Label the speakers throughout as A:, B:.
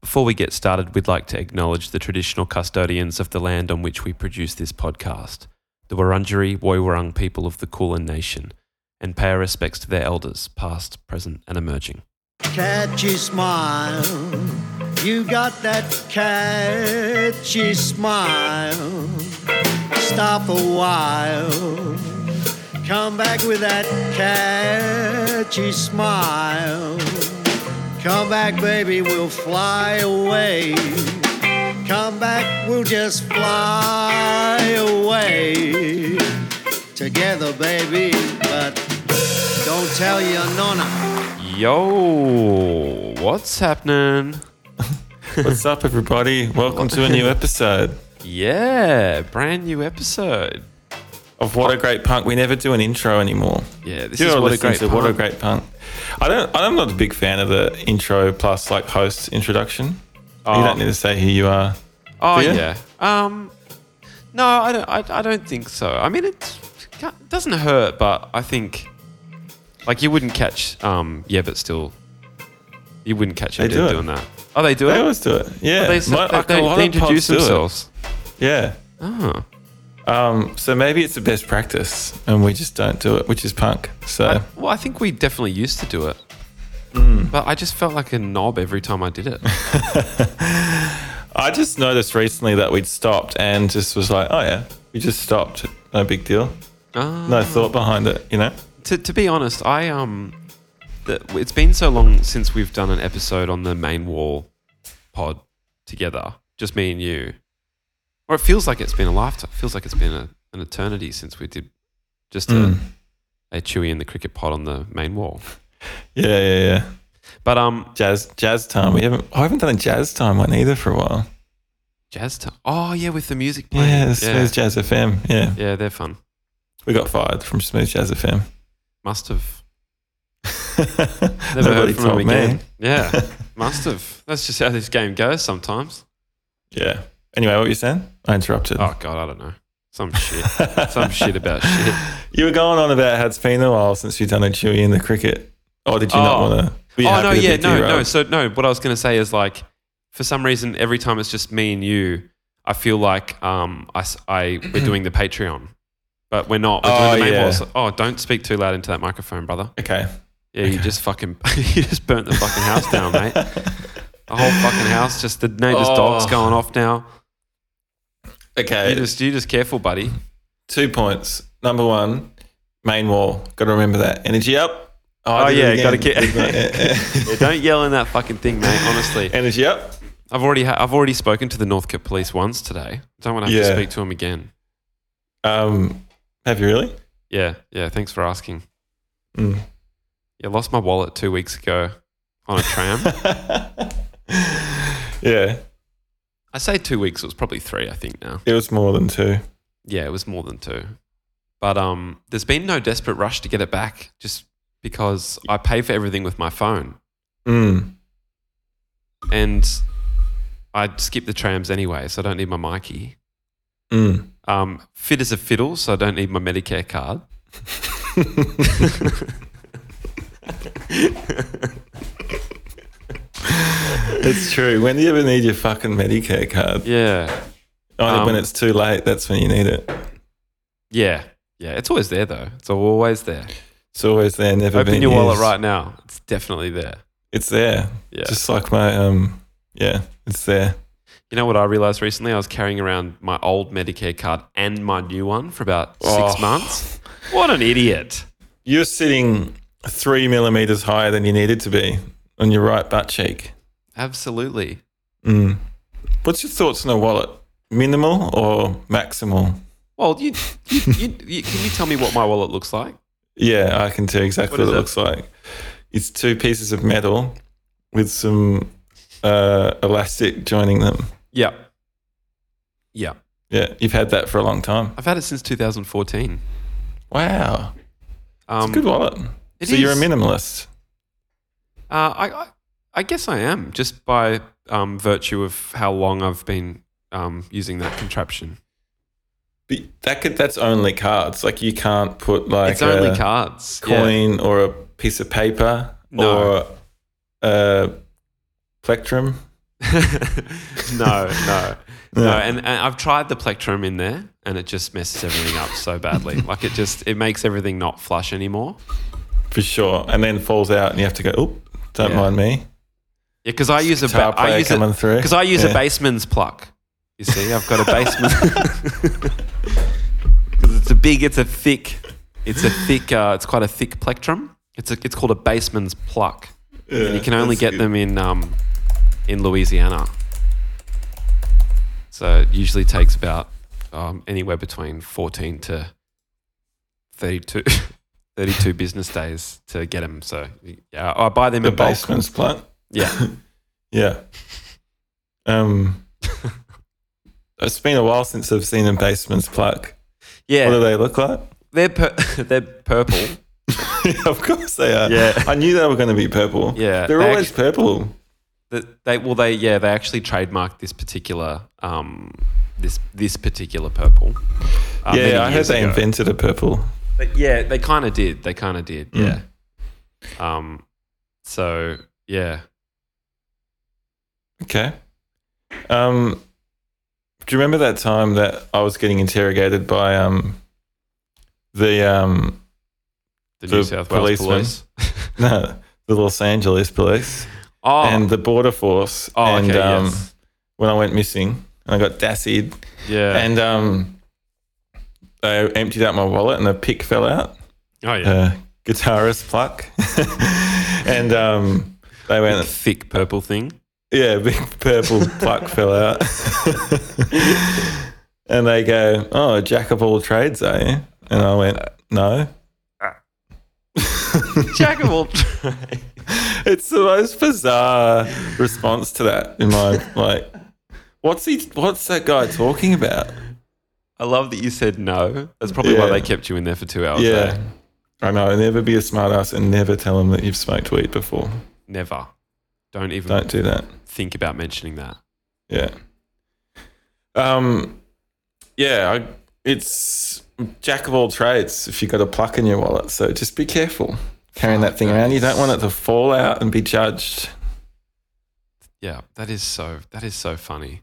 A: Before we get started, we'd like to acknowledge the traditional custodians of the land on which we produce this podcast, the Wurundjeri Woiwurrung people of the Kulin Nation, and pay our respects to their elders, past, present, and emerging.
B: Catchy smile, you got that catchy smile. Stop a while, come back with that catchy smile. Come back, baby, we'll fly away. Come back, we'll just fly away. Together, baby, but don't tell your nonna.
A: Yo, what's happening?
C: What's up, everybody? Welcome to a new episode
A: Yeah, brand new episode.
C: of What a Great Punk. We never do an intro anymore.
A: Yeah, this
C: You're
A: is what a
C: listening
A: great
C: to What a
A: punk.
C: Great Punk. I don't. I'm not a big fan of the intro plus like host introduction.
A: Oh.
C: You don't need to say who you are.
A: Oh
C: Do you?
A: yeah. Um, no, I don't. I, I don't think so. I mean, it's, it doesn't hurt, but I think like you wouldn't catch. Um, yeah, but still, you wouldn't catch them
C: They do it.
A: doing that. Oh, they do
C: They
A: it.
C: always do it. Yeah,
A: they, s-
C: My-
A: they,
C: like, a
A: they-
C: lot
A: they
C: of pods
A: introduce
C: do it.
A: themselves.
C: Yeah.
A: Oh,
C: Um, so maybe it's the best practice, and we just don't do it, which is punk. So
A: I, Ah. well, I think we definitely used to do it,
C: Hmm.
A: but I just felt like a knob every time I did it.
C: I just noticed recently that we'd stopped and just was like, oh yeah, we just stopped. No big deal.
A: Ah.
C: No thought behind it, you know.
A: to, to be honest, I um, the, it's been so long since we've done an episode on the main wall pod together, just me and you. Or it feels like it's been a lifetime. It feels like it's been a, an eternity since we did just
C: Mm.
A: a, a Chewy and the cricket pod on the main wall.
C: Yeah, yeah, yeah.
A: But um,
C: jazz jazz time. We haven't oh, I haven't done a jazz time one either for a while.
A: jazz time. Oh yeah, with the music playing.
C: Yeah,
A: Yeah, yeah,
C: Smooth Jazz FM. Yeah,
A: they're fun.
C: we got fired from Smooth Jazz FM.
A: Must have never
C: Nobody
A: heard from
C: told
A: them
C: me.
A: again. Yeah, must have. That's just how this game goes sometimes.
C: Yeah. Anyway, what were you saying? I interrupted.
A: Oh god, I don't know. Some shit. Some shit about shit.
C: You were going on about how it's been a while since you've done a chewy in the cricket. Or did you not
A: Oh.
C: want to?
A: oh no, yeah, no, no. So no, what I was going to say is like, for some reason, every time it's just me and you, I feel like um, I, s- I- we're doing the Patreon, but we're not. We're
C: Oh,
A: doing the main
C: yeah.
A: yeah. Oh, don't speak too loud into that microphone, brother.
C: Okay.
A: Yeah, you just fucking, you just burnt the fucking house down, mate. The whole fucking house, just the neighbor's
C: Oh.
A: dog's going off now. You
C: Okay.
A: just, you just careful, buddy.
C: Two points. Number one, main wall. Got to remember that. Energy up.
A: Oh,
C: I did it
A: yeah,
C: again.
A: gotta get- Yeah,
C: Didn't I?
A: don't yell in that fucking thing, mate. Honestly,
C: Energy up.
A: I've already, ha- I've already spoken to the Northcote police once today. Don't want to have
C: Yeah.
A: to speak to him again.
C: Um, have you really?
A: Yeah, yeah. Thanks for asking.
C: Mm.
A: Yeah, lost my wallet two weeks ago on a tram.
C: yeah,
A: I say two weeks, it was probably three, I think now.
C: it was more than two.
A: Yeah, it was more than two. But um, there's been no desperate rush to get it back just because I pay for everything with my phone
C: Mm.
A: and I skip the trams anyway, so I don't need my Mikey.
C: Mm.
A: Um, fit as a fiddle, so I don't need my Medicare card.
C: It's true. When do you ever need your fucking Medicare card?
A: Yeah.
C: Only
A: Um,
C: when it's too late. That's when you need it.
A: Yeah. Yeah. It's always there, though. It's always there.
C: It's always there. Never
A: Open
C: been
A: your wallet
C: used.
A: right now. It's definitely there.
C: It's there.
A: Yeah.
C: Just like my um. Yeah, it's there.
A: You know what I realized recently? I was carrying around my old Medicare card and my new one for about six
C: Oh.
A: months. What an idiot.
C: You're sitting three millimeters higher than you needed to be on your right butt cheek.
A: Absolutely.
C: Mm. What's your thoughts on a wallet? Minimal or maximal?
A: Well, you, you, you, you, can you tell me what my wallet looks like?
C: Yeah, I can tell you exactly
A: What
C: what,
A: is
C: it
A: it?
C: looks like. It's two pieces of metal with some uh, elastic joining them.
A: Yeah. Yeah.
C: Yeah, you've had that for a long time.
A: I've had it since 2014.
C: Wow,
A: Um,
C: it's a good wallet.
A: it
C: so you're a
A: is.
C: minimalist.
A: Uh, I, I, I guess I am, just by um, virtue of how long I've been um, using that contraption.
C: But that could, that's only cards. Like you can't put like
A: it's only
C: a
A: cards. yeah.
C: coin or a piece of paper
A: No.
C: or a plectrum.
A: no, no, no.
C: Yeah.
A: And, and I've tried the plectrum in there, and it just messes everything up so badly. like it just it makes everything not flush anymore.
C: for sure. And then falls out, and you have to go. Oop, don't
A: Yeah.
C: mind me.
A: Yeah, because I use a
C: Guitar
A: ba- I
C: player
A: use
C: coming
A: a,
C: through.
A: because I use
C: Yeah.
A: a baseman's pluck. You see, I've got a basement because it's a big, it's a thick, it's a thick, uh, it's quite a thick plectrum. It's a, it's called a baseman's pluck. and you can only get them in um, in Louisiana. So it usually takes about um, anywhere between 14 to 32, 32 business days to get them. So yeah, I buy them
C: the
A: in bulk.
C: basement's plant.
A: Yeah,
C: Yeah. Um, it's been a while since I've seen a basement's pluck.
A: yeah.
C: What do they look like?
A: They're per- they're purple.
C: of course they are.
A: Yeah.
C: I knew they were going to be purple.
A: Yeah,
C: They're
A: they
C: always purple.
A: That they well they yeah they actually trademarked this particular um this this particular purple. uh, many
C: yeah, I heard
A: years
C: they
A: ago.
C: invented a purple.
A: But yeah, they kind of did. They kind of did.
C: Mm.
A: Yeah. Um. So yeah,
C: Okay. Um, do you remember that time that I was getting interrogated by um, the um,
A: the,
C: The
A: New South Wales
C: policeman.
A: police.
C: no, the Los Angeles police
A: Oh.
C: and the border force?
A: oh.
C: and
A: okay.
C: um,
A: yes.
C: when I went missing, and I got dassied,
A: Yeah.
C: and um, they emptied out my wallet, and a pick fell out.
A: oh yeah.
C: uh, guitarist pluck. and um, they
A: Big
C: went,
A: thick purple thing.
C: yeah, big purple pluck fell out. and they go, oh, jack of all trades, are you? And I went, no.
A: Jack of all.
C: It's the most bizarre response to that in my like. What's he? What's that guy talking about?
A: I love that you said no. That's probably why
C: Yeah.
A: they kept you in there for two hours.
C: yeah,
A: though.
C: I know. Never be a smartass and never tell him that you've smoked weed before.
A: Never. Don't even
C: Don't do that.
A: think about mentioning that.
C: Yeah. Um, yeah, I, it's jack of all trades if you've got a pluck in your wallet. So just be careful carrying that thing around. You don't want it to fall out and be judged.
A: Yeah, that is so that is so funny.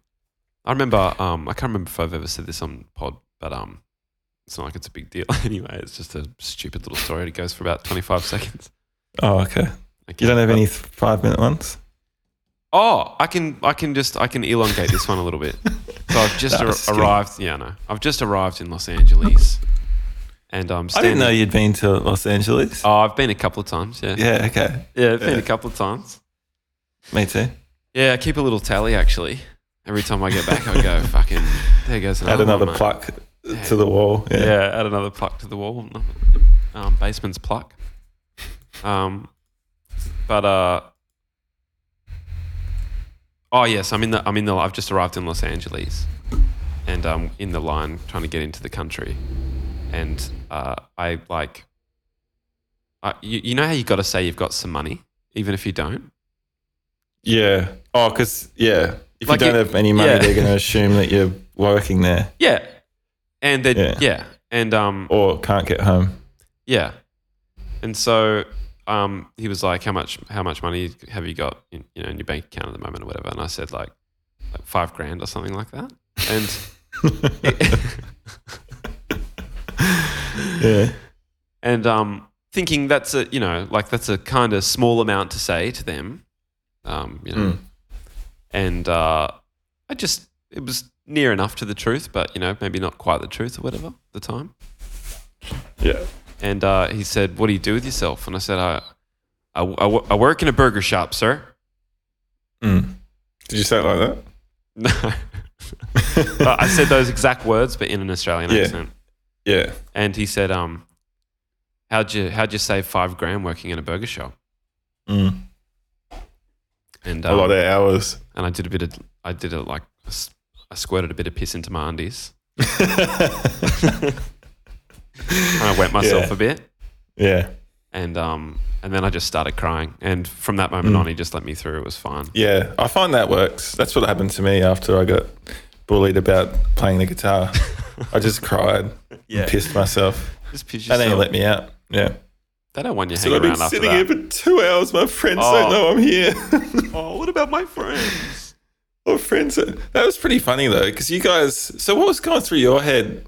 A: I remember um I can't remember if I've ever said this on pod, but um it's not like it's a big deal anyway. It's just a stupid little story. It goes for about twenty five seconds.
C: Oh, okay.
A: Okay.
C: You don't have any five minute ones?
A: Oh, I can I can just I can elongate this one a little bit. So I've just
C: No, I
A: ar-
C: was just kidding.
A: arrived. Yeah, no, I've just arrived in Los Angeles, and I'm.
C: I
A: Standing,
C: didn't know you'd been to Los Angeles.
A: Oh, I've been a couple of times. Yeah, yeah,
C: Yeah, okay.
A: I've been a couple of times.
C: Me too.
A: Yeah, I keep a little tally actually. Every time I get back, I go fucking. There goes another.
C: Add another
A: one, mate."
C: pluck to the wall. Yeah.
A: Yeah. add another pluck to the wall. Um, baseman's pluck. Um, but uh, oh yes, I'm in the I'm in the I've just arrived in Los Angeles, and um, in the line trying to get into the country, and uh, I like, I, you, you know how you got to say you've got some money even if you don't.
C: Yeah. Oh, because, yeah. If
A: Like
C: you don't
A: it-
C: have any money,
A: yeah.
C: they're going to assume that you're working there
A: Yeah, and then
C: Yeah.
A: yeah, and um,
C: or can't get home.
A: Yeah. And so um, he was like, "How much? How much money have you got in, you know, in your bank account at the moment, or whatever?" And I said, "Like, like five grand or something like that." And
C: Yeah.
A: and um, thinking that's a you know like that's a kind of small amount to say to them, um, you know.
C: Mm.
A: And uh, I just it was near enough to the truth, but you know maybe not quite the truth or whatever at the time.
C: Yeah.
A: And uh, he said, "What do you do with yourself?" And I said, "I, I, I wo- I work in a burger shop, sir."
C: Mm. Did you say it like that?
A: No, Uh, I said those exact words, but in an Australian
C: Yeah.
A: accent.
C: Yeah.
A: And he said, "Um, how'd you how'd you save five grand working in a burger shop?"
C: Mm.
A: And
C: A
A: um,
C: lot of hours.
A: and I did a bit of I did it like I s- I squirted a bit of piss into my undies and I wet myself
C: Yeah.
A: a bit.
C: yeah.
A: And um, and then I just started crying. And from that moment
C: Mm.
A: on, he just let me through. It was fine.
C: Yeah. I find that works. That's what happened to me after I got bullied about playing the guitar. I just cried.
A: Yeah.
C: Pissed myself.
A: Just piss
C: And then he
A: yourself.
C: let me out. Yeah.
A: They don't want you hanging around after that.
C: for two hours. My friends
A: don't Oh. know
C: I'm here.
A: Oh, what about my friends?
C: Or friends. That was pretty funny though, because you guys. So what was going through your head?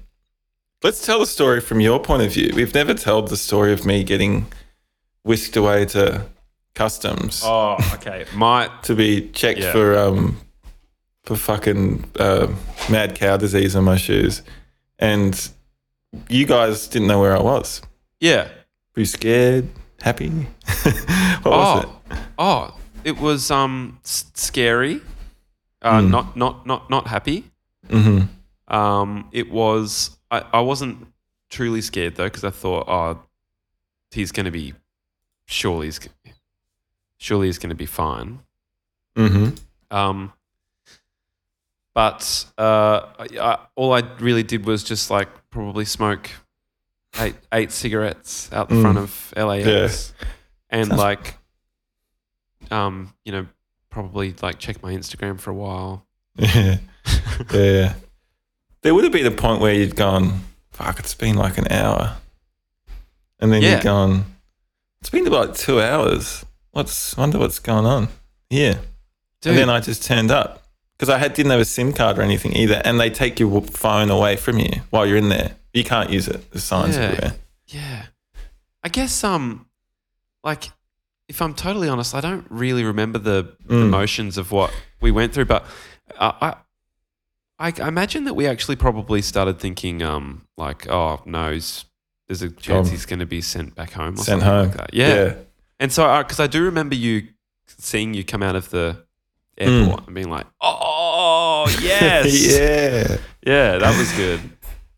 C: Let's tell the story from your point of view. We've never told the story of me getting whisked away to customs
A: Oh, okay. My
C: to be checked
A: Yeah.
C: for um for fucking uh, mad cow disease on my shoes, and you guys didn't know where I was.
A: yeah.
C: Were you scared? Happy? what was it?
A: Oh, oh, it was um s- scary. Uh,
C: Hmm.
A: Not not not not happy.
C: Mm-hmm.
A: Um, it was. I, I wasn't truly scared though because I thought, oh, he's going to be. Surely he's. Surely he's going to be fine.
C: Mm-hmm.
A: Um, but uh, I, I, all I really did was just like probably smoke eight, eight cigarettes out the
C: Mm.
A: front of LAX and like, um, you know, probably like check my Instagram for a while.
C: Yeah. yeah. There would have been a point where you'd gone, fuck, it's been like an hour. And then
A: Yeah.
C: you'd gone, it's been about two hours. What's, wonder what's going on. Yeah.
A: Dude,
C: And then I just turned up because I had, didn't have a SIM card or anything either. And they take your w- phone away from you while you're in there. You can't use it. There's signs
A: Yeah.
C: everywhere.
A: yeah, I guess um, like if I'm totally honest, I don't really remember the
C: Mm.
A: emotions of what we went through, but I, I, I imagine that we actually probably started thinking, um, like, oh no, he's, there's a chance
C: Um,
A: he's going to be sent back home, or
C: Sent
A: something
C: home.
A: like that. Yeah. And so, because I do remember you seeing you come out of the airport and being like, oh yes,
C: Mm. yeah.
A: yeah, that was good.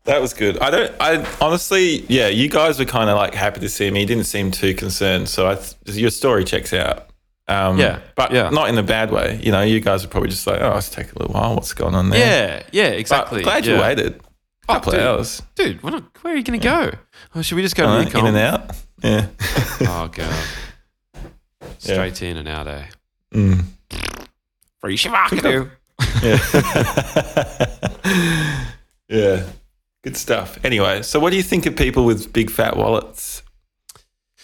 C: That was good. I don't. I honestly, yeah. You guys were kind of like happy to see me. You didn't seem too concerned. So I, th- your story checks out. Um,
A: Yeah,
C: but
A: yeah.
C: not in a bad way. You know, you guys were probably just like, oh, it's taking a little while. What's going on there?
A: Yeah, yeah,
C: But
A: exactly.
C: glad
A: yeah.
C: you waited.
A: Oh,
C: Couple of
A: dude.
C: hours.
A: dude. We're not, where are you going to go? Oh, should we just go
C: I
A: to
C: don't know, Uh, in
A: Newcombe?
C: and out. Yeah.
A: Oh god, straight in and out, eh?
C: Mm.
A: Free Shivakadu.
C: Yeah. yeah. Good stuff. Anyway, so what do you think of people with big fat wallets?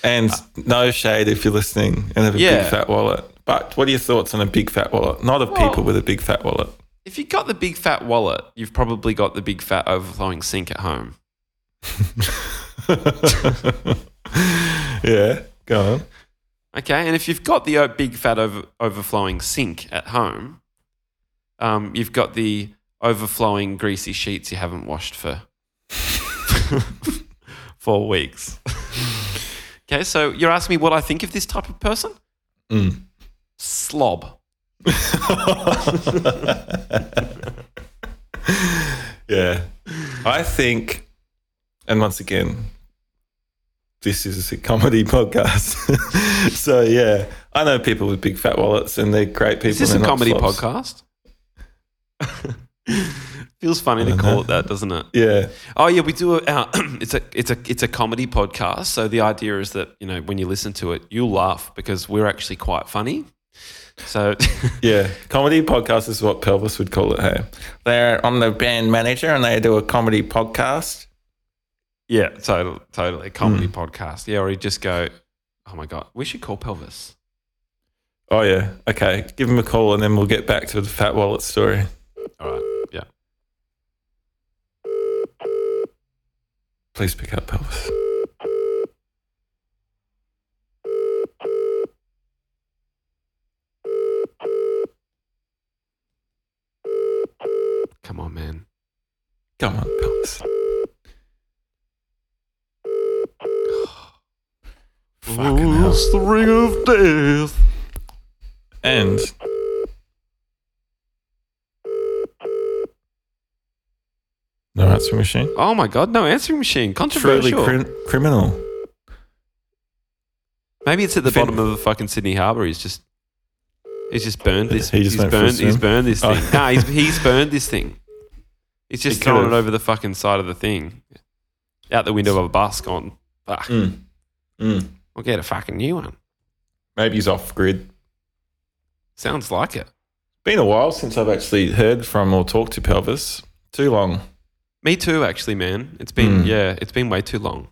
C: And no shade if you're listening and have a
A: Uh, Yeah.
C: big fat wallet. But what are your thoughts on a big fat wallet? Not of
A: Well-
C: people with a big fat wallet.
A: If you got the big fat wallet, you've probably got the big fat overflowing sink at home.
C: yeah. Go on.
A: Okay, and if you've got the uh, big fat over, overflowing sink at home, um, you've got the overflowing greasy sheets you haven't washed for four weeks. okay, so you're asking me what I think of this type of person?
C: Mm.
A: Slob.
C: yeah. I think, and once again, this is a comedy podcast. so, yeah, I know people with big fat wallets and they're great people.
A: Is this a
C: and they're not
A: comedy
C: slobs.
A: podcast? Feels funny to
C: don't
A: call
C: know.
A: it that, doesn't it?
C: Yeah.
A: Oh yeah, we do. A, our, it's a it's a it's a comedy podcast. So the idea is that you know when you listen to it, you'll laugh because we're actually quite funny. So
C: Yeah. Comedy podcast is what Pelvis would call it. Hey, they're on the band manager and they do a comedy podcast.
A: yeah, totally, totally comedy
C: Hmm.
A: podcast. Yeah, or you just go, oh my god, we should call Pelvis.
C: Oh, yeah. Okay. Give them a call and then we'll get back to the fat wallet story.
A: All right, yeah.
C: Please pick up, Pelvis.
A: Come on, man.
C: Come on, Pelvis. Fucking hell.
A: the ring of death.
C: And no answering machine.
A: Oh my god, no answering machine.
C: Truly
A: Controversial.
C: crim- criminal.
A: Maybe it's at the
C: Fin-
A: bottom of the fucking Sydney Harbour. He's just he's just burned this.
C: He just
A: he's
C: went full
A: burned. He's
C: swim?
A: burned this
C: Oh.
A: thing. Nah, he's he's burned this thing. He's just
C: He
A: thrown it
C: could've.
A: over the fucking side of the thing, out the window of a bus. Gone. Fuck.
C: Mm. Mm.
A: We'll get a fucking new one.
C: Maybe he's off grid.
A: Sounds like it.
C: Been a while since I've actually heard from or talked to Pelvis. Too long.
A: Me too, actually, man. It's been
C: Mm.
A: yeah, it's been way too long.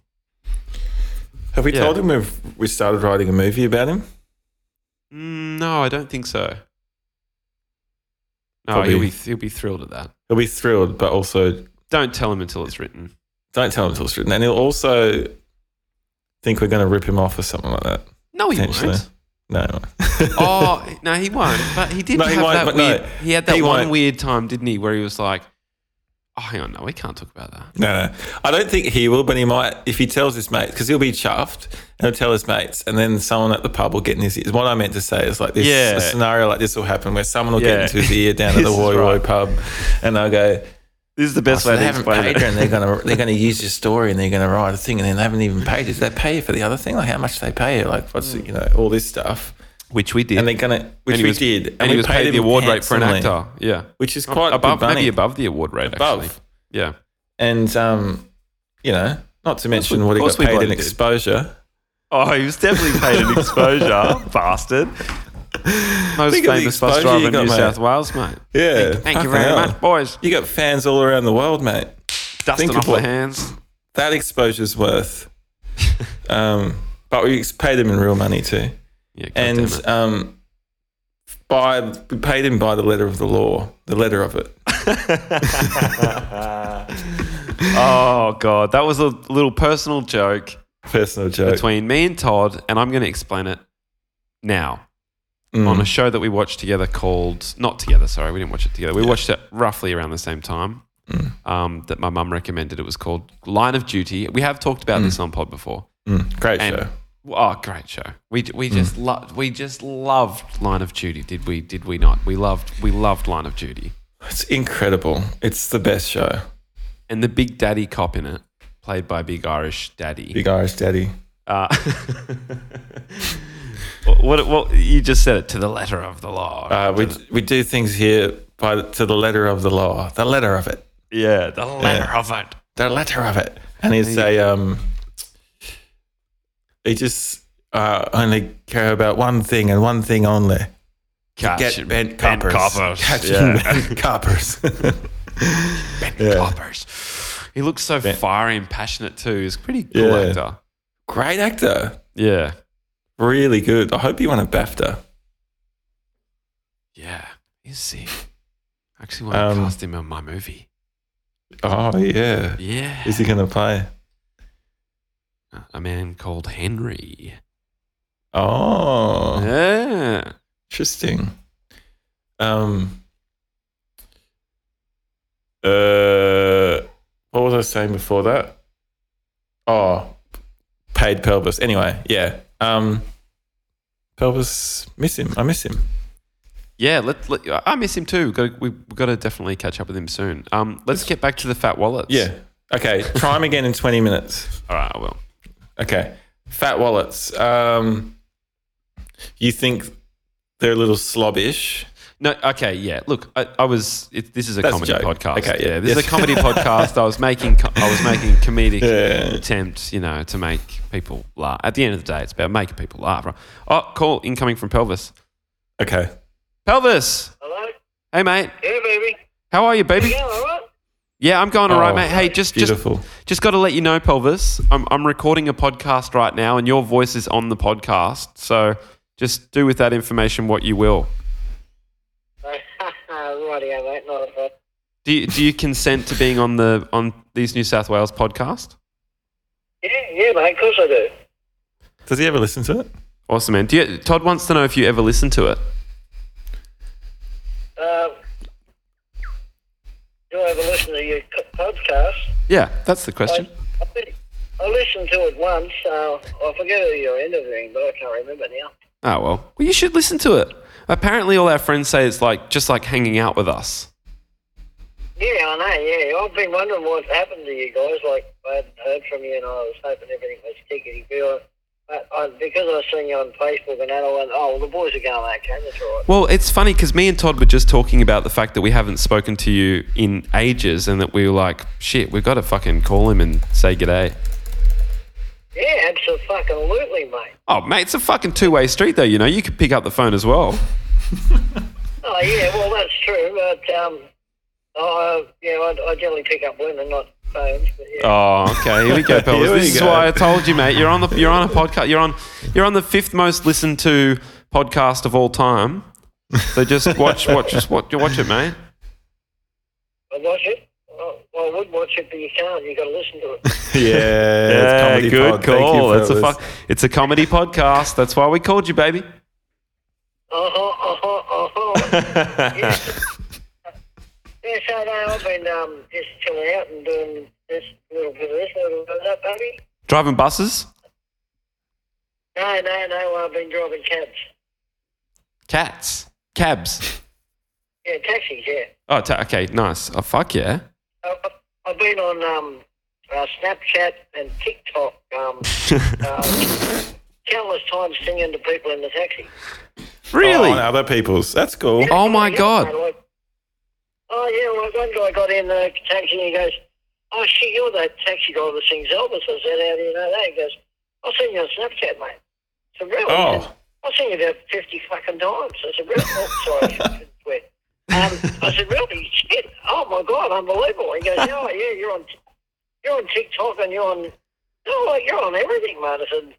C: Have we
A: Yeah.
C: told him we've, we started writing a movie about him?
A: Mm, no, I don't think so. Oh, he'll
C: Probably.
A: be, he'll be thrilled at that.
C: He'll be thrilled, but also
A: Don't tell him until it's written.
C: don't tell him till it's written. And he'll also think we're going to rip him off or something like that.
A: No, he
C: Potentially.
A: won't.
C: No.
A: oh no, he won't. But he did
C: No, he
A: have
C: won't,
A: that
C: but no,
A: weird. he had that
C: he
A: one
C: won't.
A: weird time, didn't he, where he was like, "Oh, hang on, no, we can't talk about that."
C: No, no. I don't think he will, but he might if he tells his mates because he'll be chuffed and he'll tell his mates, and then someone at the pub will get in his ears. What I meant to say is like this:
A: Yeah.
C: a scenario like this will happen where someone will
A: Yeah.
C: get into his ear down at
A: This
C: the
A: is
C: Woi Woi
A: right.
C: pub, and they'll go,
A: This is the best
C: so they haven't paid her, and they're gonna they're gonna use your story, and they're gonna write a thing, and then they haven't even paid you. Did they pay you for the other thing? Like how much did they pay you? Like what's
A: Mm.
C: you know all this stuff,
A: Which we did.
C: and they're gonna which
A: he
C: we
A: was-
C: did,
A: and, he
C: we
A: was paid,
C: him
A: the award rate for an
C: handsomely,
A: actor. Yeah,
C: which is quite
A: above,
C: good money.
A: maybe above the award rate.
C: Above.
A: actually. yeah.
C: and um, you know, not to mention
A: we-
C: what he
A: course
C: got
A: we
C: paid
A: bloody
C: in
A: did.
C: exposure.
A: Oh, he was definitely paid an exposure, bastard. Most
C: Think of the
A: famous bus
C: exposure
A: driver
C: you
A: in
C: got,
A: New
C: mate.
A: South Wales, mate.
C: Yeah,
A: Thank you
C: fucking
A: very
C: hell.
A: much, boys.
C: You got fans all around the world, mate.
A: Dusting
C: of
A: off the
C: what-
A: hands.
C: That exposure's worth. um, but we ex- paid him in real money too,
A: Yeah, goddamn
C: and
A: it.
C: um, by we paid him by the letter of the law, the letter of it.
A: oh god, that was a little personal joke
C: Personal joke.
A: between me and Todd, and I'm going to explain it now
C: Mm.
A: on a show that we watched together called not together. Sorry, we didn't watch it together. We watched it roughly around the same time.
C: Mm.
A: Um, that my mum recommended. It was called Line of Duty. We have talked about this on pod before.
C: Mm, Great
A: And-
C: show.
A: Oh, great show! We we
C: Mm.
A: just loved we just loved Line of Duty. Did we? Did we not? We loved we loved Line of Duty.
C: It's incredible. It's the best show.
A: And the Big Daddy cop in it, played by Big Irish Daddy.
C: Big Irish Daddy.
A: Uh, what, what you just said it to the letter of the law.
C: Uh, we
A: To the-
C: we do things here by the, to the letter of the law, the letter of it,
A: yeah, the letter of it.
C: the letter of it. And he's a um, he just uh, only care about one thing and one thing only.
A: Catch
C: Get bent coppers.
A: coppers.
C: Catch
A: Yeah.
C: bent coppers.
A: bent
C: Yeah.
A: coppers. He looks so
C: Bent-
A: fiery and passionate too. He's a pretty cool
C: Yeah.
A: actor.
C: Great actor.
A: Yeah,
C: Really good. I hope he won a BAFTA.
A: yeah. He's sick. I actually want to
C: Um,
A: cast him in my movie.
C: Oh yeah.
A: Yeah.
C: Is he gonna play?
A: a man called Henry.
C: Oh.
A: Yeah.
C: Interesting. Um. Uh, what was I saying before that? Oh, paid pelvis. Anyway, yeah. Um, pelvis. Miss him. I miss him.
A: Yeah, let, let, I miss him too. Got we've got to definitely catch up with him soon. Um, let's get back to the fat wallets.
C: Yeah. Okay. Try him again in twenty minutes.
A: All right, I will.
C: Okay. Fat wallets. Um, you think they're a little slobbish?
A: No, okay, yeah. Look, I, I was. It, this is a
C: That's a
A: comedy
C: joke.
A: podcast.
C: Okay, yeah.
A: this is
C: Yes.
A: a comedy podcast. I was making. co- I was making comedic
C: Yeah.
A: attempt, you know, to make people laugh. At the end of the day, it's about making people laugh. Right? Oh, call incoming from Pelvis.
C: Okay.
A: Pelvis.
D: Hello?
A: Hey, mate.
D: Yeah, baby.
A: How are you, baby?
D: Yeah, all right.
A: Yeah, I'm going all right,
C: Oh,
A: mate. Hey, just just
C: Beautiful.
A: Just got to let you know, Pelvis, I'm, I'm recording a podcast right now and your voice is on the podcast. So just do with that information what you will.
D: Rightio, mate. Not a problem.
A: Do you, do you consent to being on the on these New South Wales podcast?
D: Yeah, yeah, mate. Of course I do.
C: Does he ever listen to it?
A: Awesome, man. Do you, Todd wants to know if you ever listen to it.
D: Um, do I ever listen to your c- podcast?
A: Yeah, that's the question.
D: I, I, think- I listened to it once. Uh, I forget who you're interviewing, but I can't remember now.
A: Oh well, well you should listen to it. Apparently, all our friends say it's like just like hanging out with us.
D: Yeah, I know, yeah. I've been wondering what's happened to you guys. Like, I hadn't heard from you and I was hoping everything was tickety-boo. But I, because I seen you on Facebook and that, I went, oh, well, the boys are going okay, that's all right.
A: Well, it's funny because me and Todd were just talking about the fact that we haven't spoken to you in ages, and that we were like, shit, we've got to fucking call him and say g'day.
D: Yeah, absolutely, mate.
A: Oh, mate, it's a fucking two way street, though. You know, you could pick up the phone as well.
D: Oh yeah, well that's true, but um, oh, uh, yeah, I, I generally pick up women, not phones. But yeah,
A: Oh, okay. Here we go, fellas.
C: Here we
A: this is
C: go.
A: why I told you, mate. You're on the you're on a podcast. You're on you're on the fifth most listened to podcast of all time. So just watch watch just watch watch it, mate.
D: watch it. Oh, well, I would watch it, but you can't. You got to listen to it.
C: Yeah, it's
A: Yeah,
C: comedy
A: good
C: pod. Thank you,
A: call. That's a
C: fellas.
A: fu- it's a comedy podcast. That's why we called you, baby.
D: Uh huh. Uh huh. Uh huh. yeah, so now I've been um, just chilling out and doing this little bit of this, little bit of that, baby.
A: Driving buses,
D: No, no, no. I've been driving cabs.
A: cats, cabs.
D: Yeah, taxis. Yeah.
A: Oh, ta- okay, nice. Oh, fuck yeah.
D: I, I- I've been on um, uh, Snapchat and TikTok um, uh, countless times singing to people in the taxi.
A: Really?
C: Oh, on other people's. That's cool.
A: Oh, my
D: Yeah,
A: God.
D: like- Oh yeah, well, one guy got in the taxi and he goes, "Oh shit, you're that taxi guy that sings Elvis." I said, "How do you know that?" He goes, "I've seen you on Snapchat, mate." I said, "Really?" He
C: Oh.
D: said, I've seen you about fifty fucking times. I said, "Really?" Oh, sorry, I couldn't swear. Um, I said, "Really? Shit! Oh my god, unbelievable!" He goes, "Oh yeah, you're on, you're on TikTok and you're on, no, like you're on everything, mate." I said,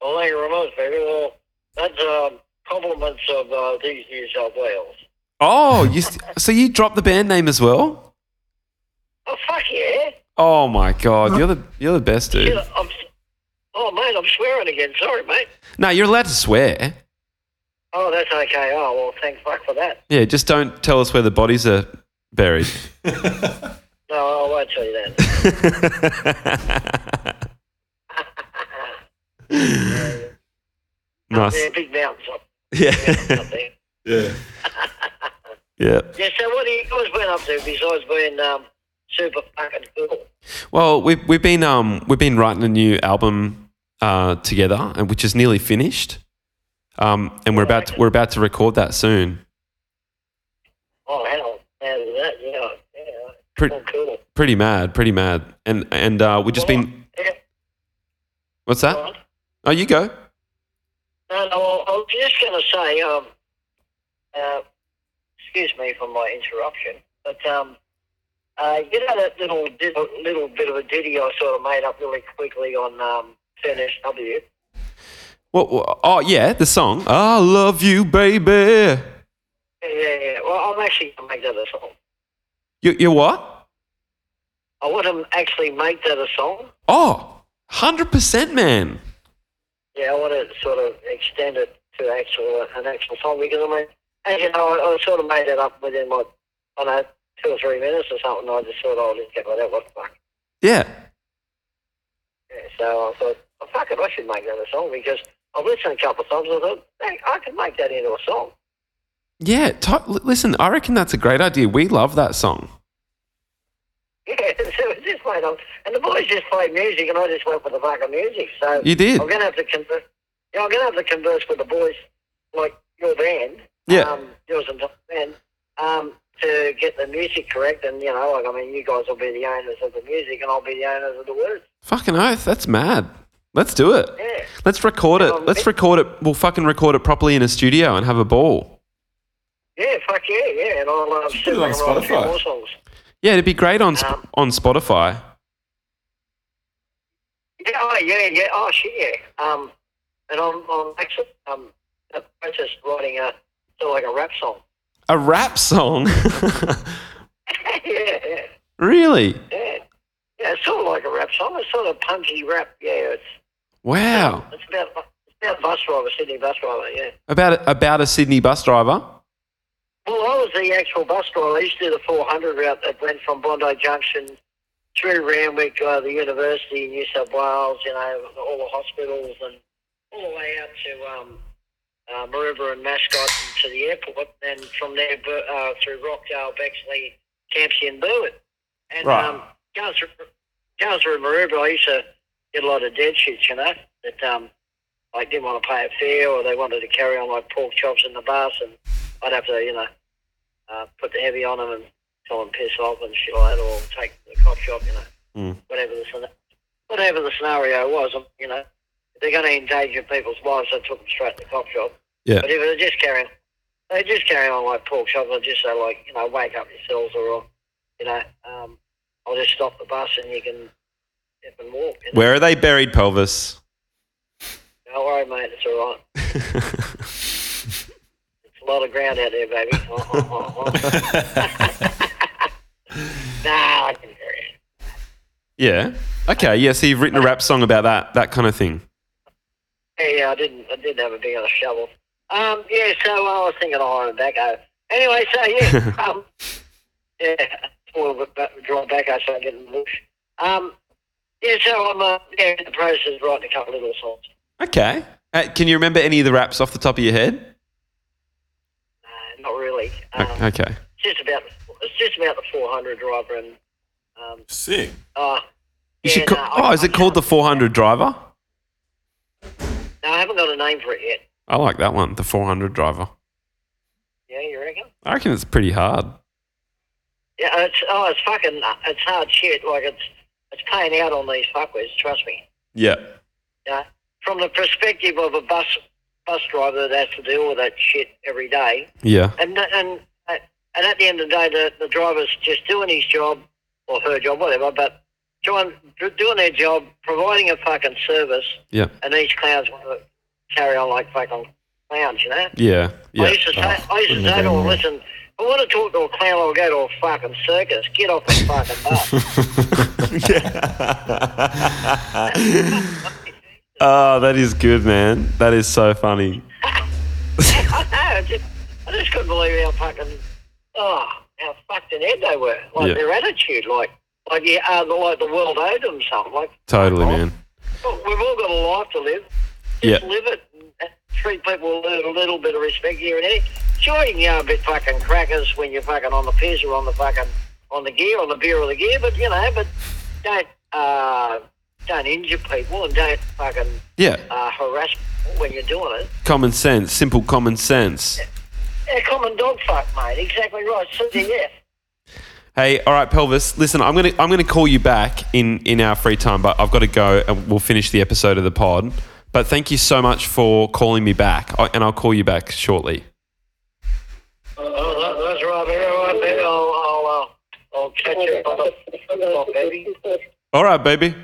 D: "Well, thank you very much, baby. Well, that's um, compliments of uh, these New South Wales."
A: Oh, you st- so you dropped the band name as well?
D: Oh fuck yeah!
A: Oh my god, you're the you're the best dude.
D: Yeah, I'm, oh mate, I'm swearing again. Sorry, mate.
A: No, you're allowed to swear.
D: Oh, that's okay. Oh well, thank fuck for that.
A: Yeah, just don't tell us where the bodies are buried.
D: No, I won't tell you that.
A: nice.
D: yeah, big mountains up,
A: Yeah.
D: up there.
C: Yeah.
A: yeah.
D: Yeah. So what have you guys been up to besides being um, super fucking cool?
A: Well, we've we've been um we've been writing a new album uh together, and which is nearly finished. Um, and we're about to, we're about to record that soon.
D: Oh hell, how is that? Yeah, yeah.
A: Pretty
D: Well, cool.
A: pretty mad, pretty mad. And and uh, we've just been
D: Yeah.
A: what's
D: go on.
A: that? Oh, you go.
D: No, no, I I was just going to say, um, uh, excuse me for my interruption, but um, uh, you know that little di- little bit of a ditty I sort of made up really quickly on um, 10SW?
A: What, what- oh yeah, the song. I love you, baby.
D: Yeah, yeah, yeah. Well, I'm actually going to make that a song.
A: You you what?
D: I want to actually make that a song.
A: Oh, 100% man.
D: Yeah, I want to sort of extend it to actual uh, an actual song because I mean, as you know, I, I sort of made it up within my, I don't know, two or three minutes or something. I just thought, oh, I'll just get like that. What the fuck?
A: Yeah.
D: Yeah, so I thought, oh, fuck it, I should make that a song because I've listened to a couple of songs. I thought, hey, I could make that into a song.
A: Yeah, to- li- listen, I reckon that's a great idea. We love that song.
D: Yeah, so it just played on. And the boys just played music, and I just went with the fucking music. So
A: You did.
D: I'm gonna have to converse. Yeah, I'm gonna have to converse with the boys, like your band.
A: Yeah.
D: Um, yours and Tom's band, um, to get the music correct. And you know, like I mean, you guys will be the owners of the music, and I'll be the owners of the words.
A: Fucking oath, that's mad. Let's do it.
D: Yeah.
A: Let's record it.
D: Um,
A: Let's
D: it-
A: record it. We'll fucking record it properly in a studio and have a ball.
D: Yeah, fuck yeah, yeah, and I'll um,
C: it
D: sit
C: on
D: and write a few
C: Spotify.
D: more songs.
A: Yeah, it'd be great on sp-
D: Um,
A: on Spotify.
D: Yeah, oh, yeah, yeah. Oh, shit, yeah. Um, and I'm, I'm actually um, in the process of writing a sort of like a rap song.
A: A rap song.
D: yeah, yeah,
A: really?
D: yeah. Yeah, it's sort of like a rap song. It's sort of punky rap. Yeah, it's
A: Wow.
D: it's about it's about bus driver, Sydney bus driver. Yeah.
A: About a, about a Sydney bus driver.
D: Well, I was the actual bus driver. I used to do the 400 route that went from Bondi Junction through Randwick, uh, the university in New South Wales, you know, all the hospitals and all the way out to um, uh, Maroubra and Mascot and to the airport. And from there Bu- uh, through Rockdale, Bexley, Campsie and Burwood. And
A: Right.
D: um, going, through, going through Maroubra, I used to get a lot of dead shits, you know, that um, like didn't want to pay a fare or they wanted to carry on like pork chops in the bus and I'd have to, you know, uh, put the heavy on them and tell them piss off and shit like that or take them to the cop shop, you know, whatever, the, scena- whatever the scenario was, um, you know, if they're going to endanger people's lives, I took them straight to the cop shop.
A: Yeah.
D: But if they're just carrying, they just carry on like pork chops, I'd just say like, you know, wake up yourselves or, you know, um, I'll just stop the bus and you can, you can walk. You know?
A: Where are they buried, pelvis?
D: Don't worry, mate. It's all right. Uh, it's a lot of ground out there, baby.
A: Yeah. Okay. Yeah. So you've written a rap song about that, that kind of thing.
D: Yeah, yeah, I didn't. I didn't have a big on a shovel. Um, yeah, so I was thinking of hiring a backhoe. Anyway, so yeah, um, yeah, spoiled with ba- drawing backhoe so I get in the bush. Um, yeah, so I'm uh, yeah, in the process of writing a couple of little songs.
A: Okay. Uh, can you remember any of the raps off the top of your head?
D: Uh, not really. Um,
A: O- Okay.
D: It's just about it's just about the 400 driver and um,
C: Sick.
D: uh,
A: You
D: yeah,
A: should. Call,
D: no, I-
A: oh, is it
D: I-
A: called the 400 driver?
D: No, I haven't got a name for it yet.
A: I like that one, the 400 driver.
D: Yeah, you reckon?
A: I reckon it's pretty hard.
D: Yeah, it's oh, it's fucking it's hard shit. Like it's it's paying out on these fuckers. Trust me.
A: Yeah.
D: Yeah. From the perspective of a bus bus driver that has to deal with that shit every day,
A: Yeah.
D: and and and at the end of the day, the, the driver's just doing his job or her job, whatever, but doing doing their job, providing a fucking service,
A: Yeah.
D: and these clowns want to carry on like fucking clowns, you know.
A: Yeah.
D: I
A: Yeah.
D: used to
C: Oh,
D: say, I used to
C: wouldn't have
D: say to
C: been
D: them,
C: more.
D: listen, if I want to talk to a clown, I'll go to a fucking circus. Get off the fucking bus.
A: Oh, that is good, man. That is so funny.
D: I know. I just, I just couldn't believe how fucking, oh, how fucked in head they were. Like
A: Yeah.
D: their attitude, like, like yeah, uh, the, like the world owed them something. Like,
A: Totally,
D: fuck off.
A: man.
D: Look, We've all got a life to live.
A: Yeah.
D: Just live it. and Treat people with a little bit of respect here and there. Sure, you can go a bit fucking crackers when you're fucking on the piss or on the fucking on the gear, on the beer or the gear, but you know, but don't uh, don't injure people and don't fucking
A: Yeah.
D: uh, harass people when you're doing it.
A: Common sense. Simple common sense.
D: Yeah, common dog fuck, mate. Exactly right. Sitting there.
A: Hey, all right, Pelvis. Listen, I'm gonna I'm gonna call you back in in our free time, but I've got to go, and we'll finish the episode of the pod. But thank you so much for calling me back, I, and I'll call you back shortly.
D: Oh, that, that's right, man. All right, baby. I'll, I'll, uh, I'll catch you on the football, baby.
A: All right, baby.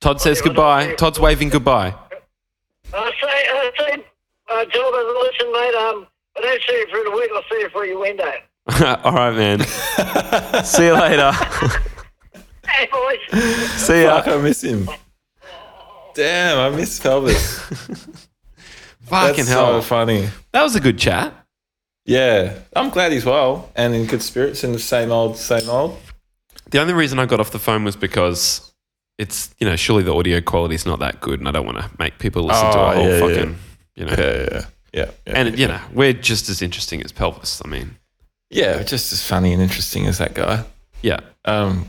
A: Todd says goodbye. Todd's waving goodbye.
D: I say, I say, uh, Jordan, listen, mate. Um, I don't see you through the week. I'll see you through your window.
A: all right, man. See you later.
D: Hey, boys.
A: See ya.
C: Fuck, I miss him. Damn, I miss Pelvis.
A: Fucking
C: That's
A: hell.
C: so funny.
A: that was a good chat.
C: Yeah, I'm glad he's well and in good spirits and the same old, same old.
A: The only reason I got off the phone was because it's you know surely the audio quality's not that good, and I don't want to make people listen to
C: Oh,
A: a whole
C: yeah, yeah.
A: fucking you know.
C: Yeah, yeah, yeah. yeah
A: And you know we're just as interesting as pelvis. I mean,
C: yeah, just as funny and interesting as that guy.
A: yeah,
C: Um,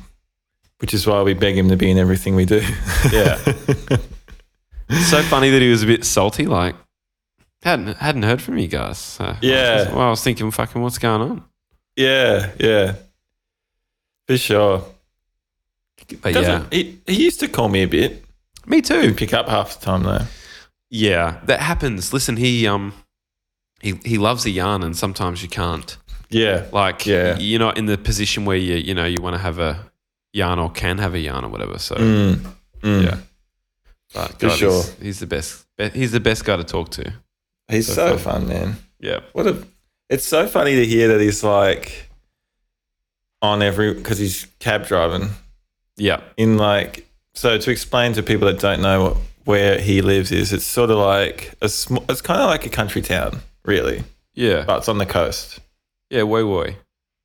C: which is why we beg him to be in everything we do. Yeah.
A: it's so funny that he was a bit salty. Like hadn't hadn't heard from you guys. So I was,
C: Yeah.
A: well, I was thinking, fucking, what's going on?
C: yeah, yeah. For sure.
A: But yeah,
C: Doesn't- He, he used to call me a bit.
A: me too.
C: Didn't pick up half the time though.
A: Yeah, that happens. Listen, he um, he he loves a yarn, and sometimes you can't.
C: Yeah.
A: Like
C: Yeah.
A: you're not in the position where you you know you want to have a yarn or can have a yarn or whatever. So
C: Mm, mm.
A: Yeah. but
C: For
A: God,
C: sure.
A: he's, he's the best. be- He's the best guy to talk to.
C: He's
A: So
C: so,
A: fun.
C: fun. man.
A: Yeah.
C: What a! It's so funny to hear that he's like on every because he's cab driving
A: Yeah.
C: in like. So to explain to people that don't know what, where he lives is, it's sort of like a small. It's kind of like a country town, really,
A: Yeah.
C: but it's on the coast.
A: yeah. Woi woi.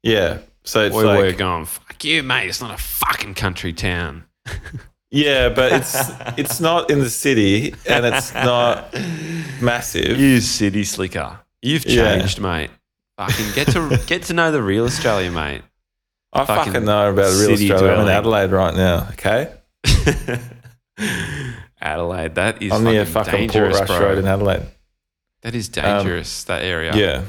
C: Yeah. So it's
A: Woi
C: like
A: woi. Going fuck you, mate. It's not a fucking country town.
C: yeah, but it's it's not in the city and it's not massive.
A: You city slicker. You've
C: Yeah.
A: changed, mate. Fucking get to get to know the real Australia, mate.
C: I
A: fucking
C: fucking, know about real
A: city
C: Australia. I'm
A: dwelling.
C: in Adelaide right now. Okay.
A: Adelaide, that is
C: I'm
A: fucking
C: near fucking Port
A: dangerous,
C: Rush
A: bro.
C: Road in Adelaide.
A: that is dangerous. that area.
C: Yeah.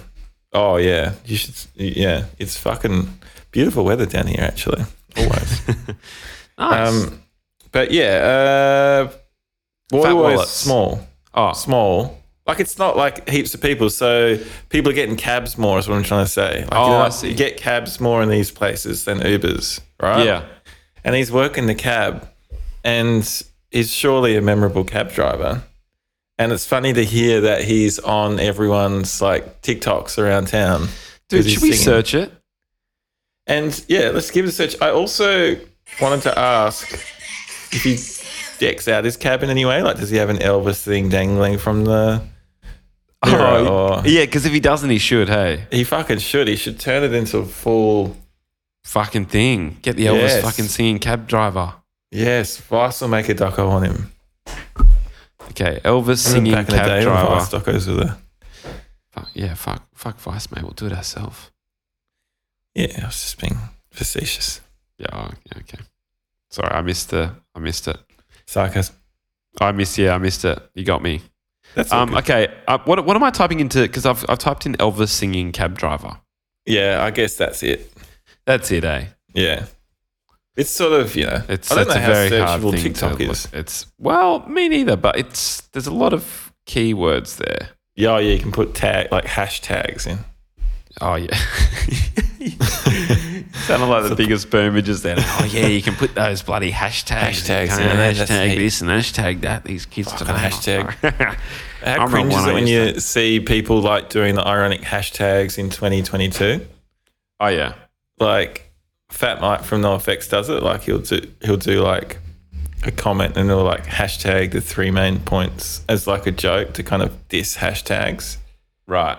C: Oh yeah. You should. Yeah. It's fucking beautiful weather down here, actually. Always.
A: Nice.
C: um, but yeah, uh, Woi
A: Fat
C: Woi's
A: wallets.
C: small,
A: oh,
C: small. Like it's not like heaps of people, so people are getting cabs more. Is what I'm trying to say. Like,
A: Oh,
C: you
A: I
C: like,
A: see.
C: You get cabs more in these places than Ubers, right?
A: yeah.
C: And he's working the cab, and he's surely a memorable cab driver. And it's funny to hear that he's on everyone's like TikToks around town.
A: Dude,
C: Is he
A: should we
C: singing?
A: search it?
C: And yeah, let's give it a search. I also wanted to ask if he decks out his cabin anyway. Like, does he have an Elvis thing dangling from the? mirror,
A: Oh,
C: or-
A: yeah, because if he doesn't, he should. Hey,
C: He fucking should. He should turn it into a full.
A: fucking thing. Get the Elvis
C: Yes.
A: fucking singing cab driver.
C: Yes, Vice will make a doco on him.
A: Okay, Elvis
C: Remember
A: singing
C: back in the
A: cab
C: day when Vice
A: driver.
C: docos were the.
A: Fuck, yeah, fuck, fuck Vice, mate. We'll do it ourselves.
C: Yeah, I was just being facetious.
A: Yeah, oh, yeah, okay. Sorry, I missed the. I missed it.
C: Sarcasm.
A: I missed. Yeah, I missed it. You got me.
C: That's all
A: Um,
C: good.
A: okay. Uh, what what am I typing into? Because I've I've typed in Elvis singing cab driver.
C: Yeah, I guess that's it.
A: That's it, eh?
C: Yeah. It's sort of, you know,
A: It's
C: I don't
A: that's a
C: know how
A: very hard
C: searchable
A: thing
C: TikTok
A: to
C: is.
A: look. It's well, me neither. But it's there's a lot of keywords there.
C: Yeah, oh, yeah, you can put tag like hashtags in.
A: Oh yeah. Sounded like the biggest boom images then. Oh yeah, you can put those bloody hashtags.
C: Hashtags,
A: Can't
C: yeah, that's
A: hashtag
C: it.
A: this and hashtag that. These kids
C: Fucking
A: today.
C: hashtag.
A: I'm
C: How
A: not
C: cringe is
A: one
C: it
A: I
C: when
A: use
C: you see people like doing the ironic hashtags in 2022?
A: oh yeah.
C: Like Fat Mike from NoFX does it. Like he'll do he'll do like a comment and they'll like hashtag the three main points as like a joke to kind of diss hashtags.
A: Right.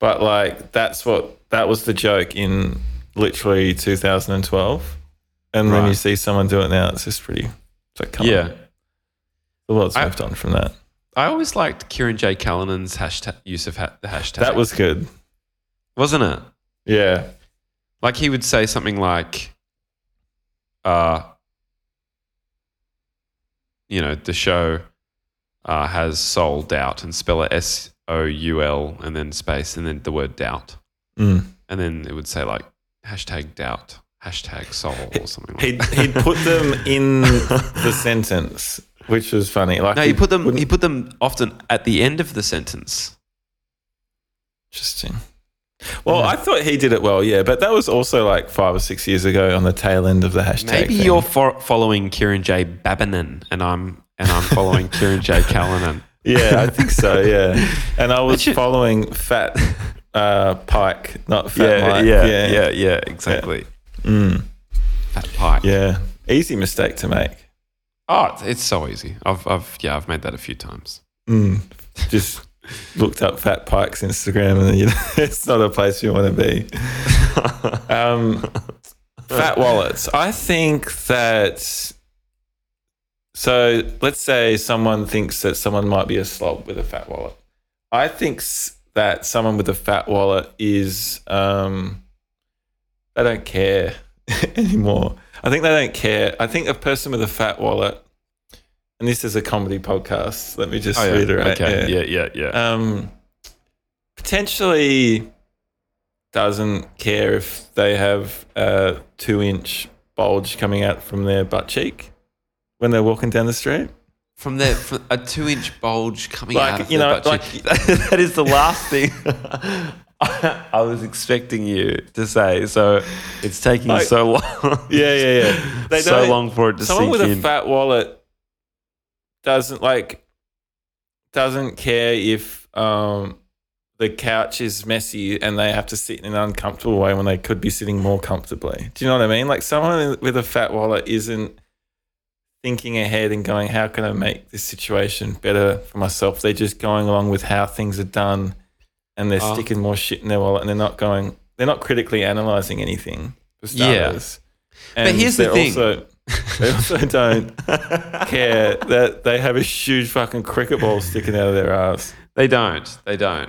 C: But like that's what that was the joke in literally 2012. And when
A: Right.
C: you see someone do it now, it's just pretty. It's like, come
A: yeah.
C: on, the world's
A: I-
C: moved on from that.
A: I always liked Kieran J. Callanan's hashtag use of ha- the hashtag.
C: That was good.
A: wasn't it?
C: Yeah,
A: Like he would say something like, uh, you know, the show uh, has soul doubt and spell it S O U L and then space and then the word doubt.
C: Mm.
A: And then it would say like hashtag doubt, hashtag soul or something like
C: he'd
A: that.
C: he'd put them in the sentence, which was funny. Like
A: No, he put them.
C: wouldn't-
A: He put them often at the end of the sentence.
C: Interesting. Well, I thought he did it well, yeah, but that was also like five or six years ago on the tail end of the hashtag.
A: Maybe
C: thing.
A: you're fo- following Kieran J. Babanin, and I'm and I'm following Kieran J. Callanan.
C: Yeah, I think so. Yeah, and I was
A: Imagine-
C: following Fat uh, Pike, not Fat Mike.
A: yeah, yeah, exactly.
C: Mm,
A: That pie.
C: yeah. Easy mistake to make.
A: Oh, it's- it's so easy. I've, I've, yeah, I've made that a few times.
C: Mm. Just looked up Fat Pike's Instagram, and you know, it's not a place you want to be. Um, fat wallets. I think that. So let's say someone thinks that someone might be a slob with a fat wallet. I think s- that someone with a fat wallet is. Um, they don't care anymore. I think they don't care. I think a person with a fat wallet, and this is a comedy podcast. Let me just reiterate.
A: Oh, Okay.
C: Oh, yeah
A: Yeah, Uh, yeah, yeah.
C: um, potentially doesn't care if they have a two inch bulge coming out from their butt cheek when they're walking down the street.
A: from the from a two inch bulge coming
C: Like,
A: out of
C: you
A: the
C: know,
A: butt cheek. that is the last thing I, I was expecting you to say. So it's taking
C: Like-
A: so long.
C: Yeah, yeah, yeah. They
A: so
C: don't-
A: long for it to
C: Someone
A: sink
C: with
A: in.
C: a fat wallet doesn't like doesn't care if um, the couch is messy and they have to sit in an uncomfortable way when they could be sitting more comfortably. Do you know what I mean? Like someone with a fat wallet isn't thinking ahead and going, "How can I make this situation better for myself?" They're just going along with how things are done, and they're
A: Ah.
C: sticking more shit in their wallet, and they're not going. They're not critically analyzing anything. For
A: Yeah.
C: starters.
A: But
C: And
A: here's the
C: they're
A: thing.
C: also- they also don't care that they have a huge fucking cricket ball sticking out of their ass,
A: They don't. They don't.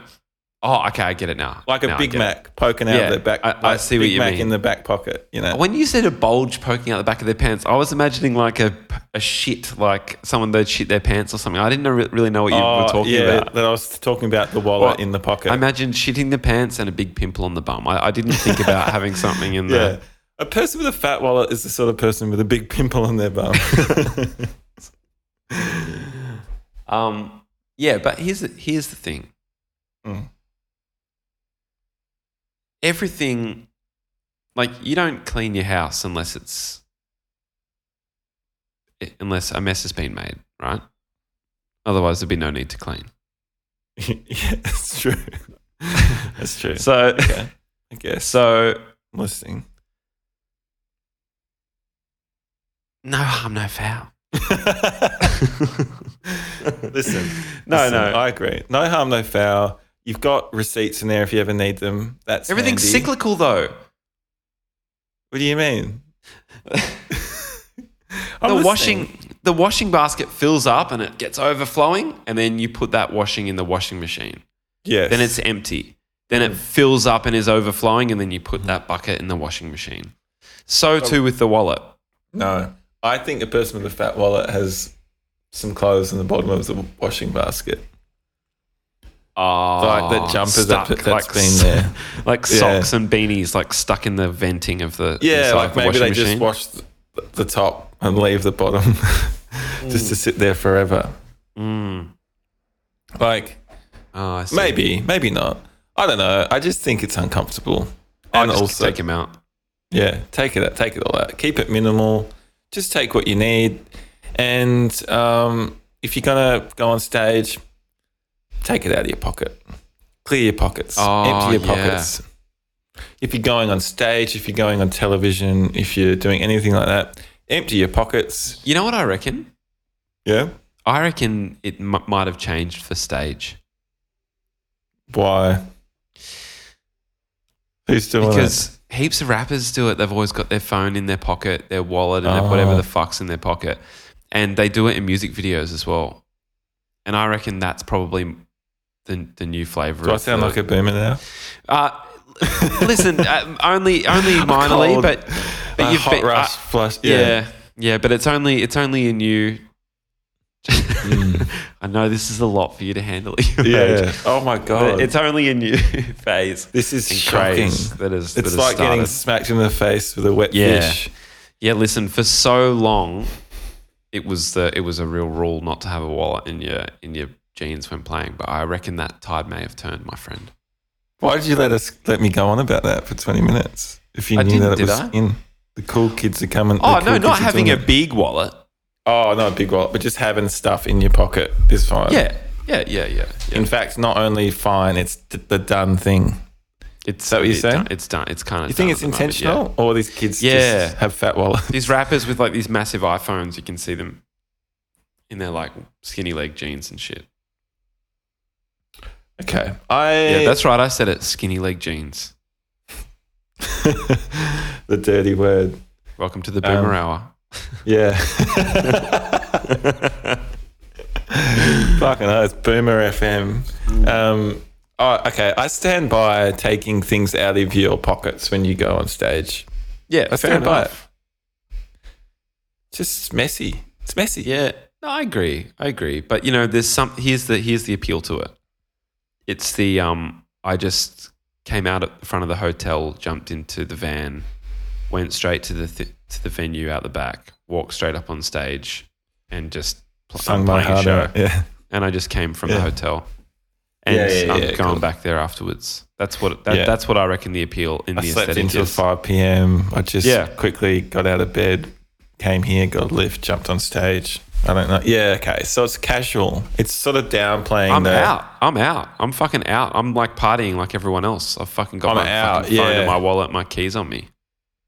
A: Oh, okay, I get it now.
C: like a
A: Now I
C: Big
A: get it.
C: Mac poking out
A: Yeah,
C: of their back.
A: I- I
C: like
A: see what
C: Big
A: you
C: Mac
A: mean.
C: in the back pocket. You know,
A: When you said a bulge poking out the back of their pants, I was imagining like a, a shit, like someone they'd shit their pants or something. I didn't re- really know what you
C: Oh,
A: were talking
C: yeah,
A: about.
C: that I was talking about the wallet
A: Well,
C: in the pocket.
A: I imagined shitting the pants and a big pimple on the bum. I, I didn't think about having something in
C: yeah.
A: there.
C: A person with a fat wallet is the sort of person with a big pimple on their bum.
A: Um, yeah, but here's the, here's the thing.
C: Mm.
A: Everything, like you don't clean your house unless it's unless a mess has been made, right? Otherwise, there'd be no need to clean.
C: yeah, that's true. That's true. So,
A: So,
C: okay. I guess
A: so
C: I'm listening.
A: No harm, no foul.
C: Listen,
A: No,
C: listen,
A: no.
C: I agree. No harm, no foul. You've got receipts in there if you ever need them. That's
A: Everything's
C: handy.
A: cyclical, though.
C: What do you mean?
A: the
C: I'm listening.
A: washing the washing basket fills up and it gets overflowing and then you put that washing in the washing machine
C: Yes.
A: then it's empty then it fills up and is overflowing and then you put that bucket in the washing machine so too with the wallet
C: no. I think a person with a fat wallet has some clothes in the bottom of the washing basket.
A: Oh,
C: Like that jumper that- that's been there.
A: like
C: Yeah.
A: socks and beanies, like stuck in the venting of the
C: Yeah,
A: inside
C: like
A: of the
C: maybe
A: washing
C: they
A: machine.
C: just wash th- the top and leave the bottom just to sit there forever.
A: Mm.
C: Like
A: Oh, I see.
C: maybe, maybe not. I don't know. I just think it's uncomfortable.
A: I'll
C: And
A: just
C: also,
A: take him out.
C: yeah, take it, take it all out. Keep it minimal. Just take what you need. And um, if you're gonna go on stage, take it out of your pocket. Clear your pockets.
A: Oh,
C: empty your
A: yeah.
C: pockets. If you're going on stage, if you're going on television, if you're doing anything like that, empty your pockets.
A: You know what I reckon?
C: Yeah.
A: I reckon it m- might have changed for stage.
C: Why? Who's doing it?
A: because heaps of rappers do it. They've always got their phone in their pocket, their wallet, and their whatever
C: Oh.
A: the fuck's in their pocket, and they do it in music videos as well. And I reckon that's probably the, the new flavor.
C: Do I
A: of
C: sound
A: the-
C: like a boomer now?
A: Uh, listen, uh, only only minorly,
C: cold,
A: but, but
C: Uh,
A: you've
C: hot
A: been-
C: rush,
A: uh,
C: flush.
A: yeah.
C: Yeah.
A: yeah, but it's only it's only a new. I know this is a lot for you to handle. At your
C: Yeah.
A: age,
C: Oh my
A: but
C: god.
A: it's only a new phase.
C: this is
A: and
C: shocking.
A: craze that is that
C: It's
A: has
C: like getting
A: started.
C: smacked in the face with a wet
A: Yeah.
C: fish.
A: Yeah, listen, for so long it was the it was a real rule not to have a wallet in your in your jeans when playing, but I reckon that tide may have turned, my friend.
C: Why did you let us let me go on about that for twenty minutes? If you
A: I
C: knew
A: didn't,
C: that it
A: did
C: was
A: I?
C: in the cool kids are coming. the
A: Oh
C: cool
A: no,
C: kids
A: not
C: are
A: having a
C: doing it.
A: big wallet.
C: oh not a big wallet, but just having stuff in your pocket is fine.
A: Yeah. Yeah, yeah, yeah. yeah.
C: In fact, not only fine, it's d- the done thing.
A: It's
C: that what you're
A: it's done-
C: saying?
A: It's done. It's kind of.
C: You think it's intentional, or these kids
A: Yeah.
C: just have fat wallets?
A: These rappers with like these massive iPhones, you can see them in their like skinny leg jeans and shit.
C: Okay, I
A: Yeah, that's right. I said it. Skinny leg jeans.
C: the dirty word.
A: Welcome to the Boomer
C: Um,
A: Hour.
C: Yeah. Fucking hell, it's Boomer FM. Um, oh, okay, I stand by taking things out of your pockets when you go on stage.
A: Yeah, fair
C: I stand by it.
A: enough.
C: Just messy. It's messy.
A: Yeah, no, I agree. I agree. But you know, there's some. Here's the here's the appeal to it. It's the um. I just came out at the front of the hotel, jumped into the van, went straight to the th- to the venue out the back, walked straight up on stage, and just pl-
C: Sung
A: I'm
C: my
A: playing a
C: heart
A: show.
C: out. Yeah.
A: And I just came from the
C: Yeah.
A: hotel, and
C: Yeah, yeah,
A: I'm
C: yeah,
A: going
C: cool.
A: back there afterwards. That's what that,
C: Yeah.
A: that's what I reckon the appeal in
C: I
A: the
C: slept
A: aesthetic
C: until
A: is.
C: 5 p.m. I just
A: Yeah.
C: quickly got out of bed, came here, got a lift, jumped on stage. I don't know. Yeah, okay. So it's casual. It's sort of downplaying
A: I'm
C: the.
A: out. I'm out. I'm fucking out. I'm like partying like everyone else. I've fucking got
C: I'm
A: my
C: out,
A: fucking phone
C: yeah.
A: and my wallet, my keys on me.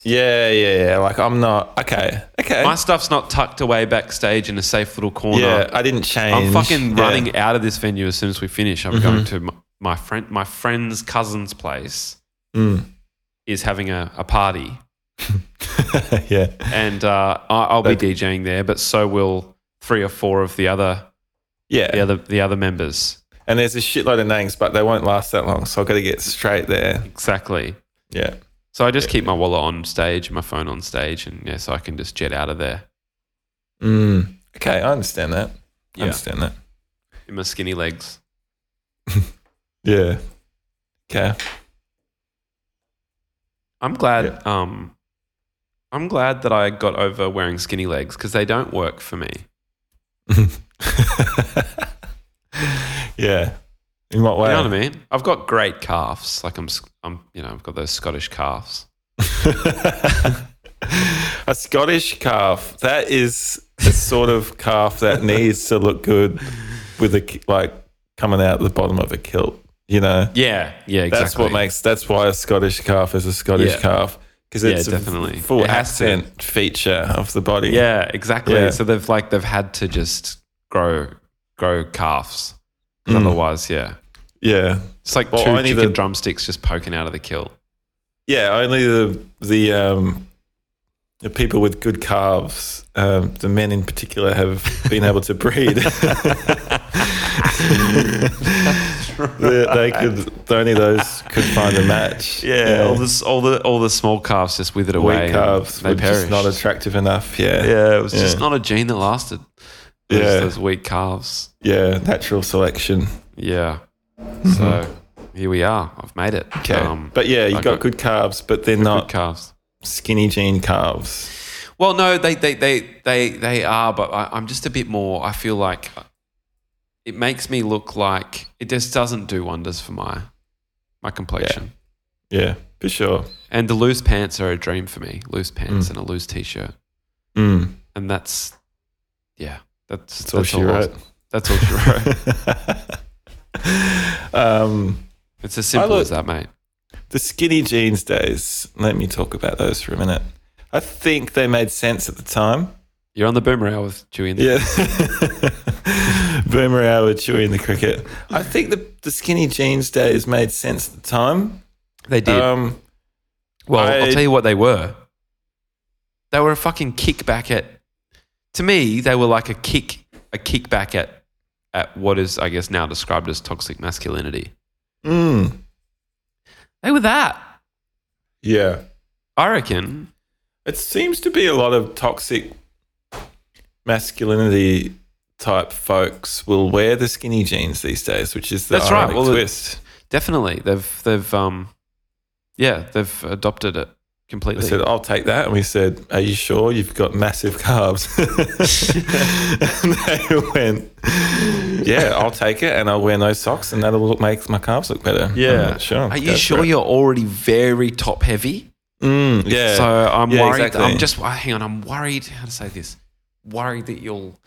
C: Yeah, yeah, yeah. Like I'm not. Okay, okay.
A: My stuff's not tucked away backstage in a safe little corner.
C: yeah, I didn't change.
A: I'm fucking
C: Yeah. Mm-hmm.
A: running out of this venue as soon as we finish. I'm going to my, my friend, my friend's cousin's place
C: Mm.
A: is having a, a party,
C: yeah.
A: and uh, I, I'll be DJing there, but so will three or four of the other
C: yeah,
A: the other the other members.
C: And there's a shitload of names, but they won't last that long. So I've got to get straight there.
A: Exactly.
C: Yeah.
A: So I just keep my wallet on stage, and my phone on stage, and yeah, so I can just jet out of there.
C: Mm. Okay, I understand that. I
A: Yeah.
C: understand that.
A: in my skinny legs.
C: Yeah. Okay.
A: I'm glad. Um, I'm glad that I got over wearing skinny legs because they don't work for me.
C: yeah. In what way?
A: You know what I mean? I've got great calves. Like I'm, s- I'm, you know, I've got those Scottish calves.
C: a Scottish calf. That is the sort of calf that needs to look good with a ki- like coming out the bottom of a kilt. You know,
A: Yeah, yeah, exactly.
C: that's what makes. That's why a Scottish calf is a Scottish
A: Yeah.
C: calf. because
A: Yeah,
C: it's a
A: definitely.
C: full
A: It has to.
C: accent feature of the body.
A: Yeah, exactly.
C: Yeah.
A: So they've like they've had to just grow grow calves. 'Cause
C: Mm.
A: Otherwise, yeah,
C: yeah,
A: it's like
C: Well,
A: two
C: only
A: chicken
C: the-
A: drumsticks just poking out of the kilt.
C: yeah. Only the the um, the people with good calves, um, the men in particular, have been able to breed. they, they could only those could find a match.
A: all this all the all the small calves just withered away.
C: weak
A: and
C: calves
A: they
C: were just
A: perished.
C: not attractive enough. Yeah,
A: yeah, it was just
C: Yeah.
A: not a gene that lasted. Those,
C: Yeah.
A: those weak calves.
C: yeah. Natural selection.
A: Yeah. So here we are. I've made it.
C: Mm-hmm. Okay, but yeah, you
A: Um, I
C: got,
A: got-
C: good calves, but they're
A: good
C: not
A: calves.
C: skinny jean calves.
A: Well, no, they they they they they are, but I, I'm just a bit more. I feel like it makes me look like it just doesn't do wonders for my my complexion.
C: Yeah, for sure.
A: And the loose pants are a dream for me. Loose pants and a loose t-shirt,
C: Mm,
A: and that's yeah, that's
C: that's all she
A: I-
C: wrote.
A: That's all she wrote.
C: um,
A: It's as simple
C: look-
A: as that, mate.
C: the skinny jeans days. Let me talk about those for a minute. I think they made sense at the time.
A: You're on the boomer hour with Chewy. And
C: Yeah. Boomer hour chewing the cricket. I think the, the skinny jeans days made sense at the time.
A: They did.
C: Um,
A: Well, I,
C: I-
A: will tell you what they were. They were a fucking kickback at. To me, they were like a kick, a kickback at, at what is I guess now described as toxic masculinity.
C: mm,
A: They were that.
C: yeah.
A: I reckon.
C: It seems to be a lot of toxic masculinity type folks will wear the skinny jeans these days, which is the
A: That's right.
C: ironic
A: Well, it-
C: twist.
A: Definitely, they've they've um, yeah, they've adopted it
C: They
A: completely.
C: said, "Oh, I'll take that. And we said, Are you sure you've got massive calves? and they went, Yeah, I'll take it and I'll wear no socks and that'll look, make my calves look better. I'm
A: yeah,
C: not sure.
A: Um, Are you sure you're already very top heavy?
C: Mm, yeah.
A: So I'm
C: Yeah,
A: worried.
C: exactly.
A: I'm just uh, hang on. I'm worried. How to say this? Worried that you'll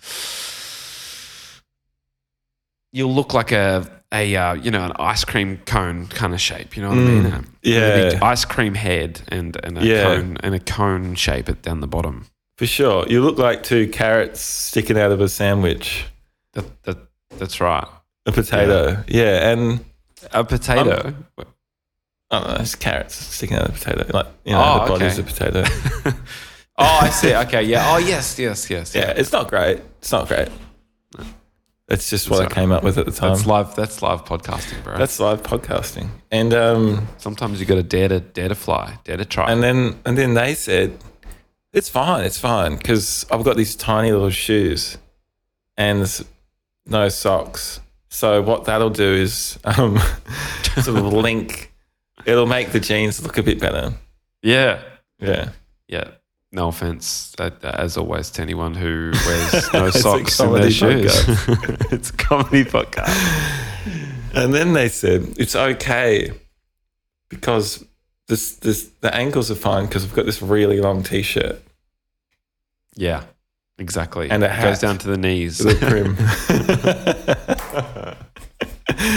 A: you'll look like a a uh, you know an ice cream cone kind of shape. You know what I mean?
C: Mm,
A: A
C: yeah.
A: really ice cream head and and a
C: Yeah.
A: cone and a cone shape at down the bottom.
C: For sure. You look like two carrots sticking out of a sandwich,
A: That, that that's right.
C: a potato. yeah and.
A: A potato.
C: I don't know, it's Oh, carrots sticking out of the potato. Like, you know,
A: Oh,
C: the body's
A: okay.
C: a potato.
A: oh, I see. Okay, yeah. Oh, yes, yes, yes.
C: yeah, it's not great. It's not great. It's just what I
A: alright.
C: came up with at the time.
A: That's live. That's live podcasting, bro.
C: That's live podcasting. And um,
A: Sometimes you got to dare to dare to fly, dare to try.
C: and then and then they said, "It's fine, it's fine," because I've got these tiny little shoes, and s- no socks. So what that'll do is um, sort of link. It'll make the jeans look a bit better.
A: yeah.
C: Yeah.
A: Yeah. No offense, that, as always, to anyone who wears no
C: It's a
A: socks in their
C: comedy
A: shoes. it's a comedy podcast.
C: And then they said it's okay because this this the ankles are fine because I've got this really long t-shirt
A: Yeah, exactly.
C: And a
A: it goes
C: hat.
A: down to the knees.
C: with a brim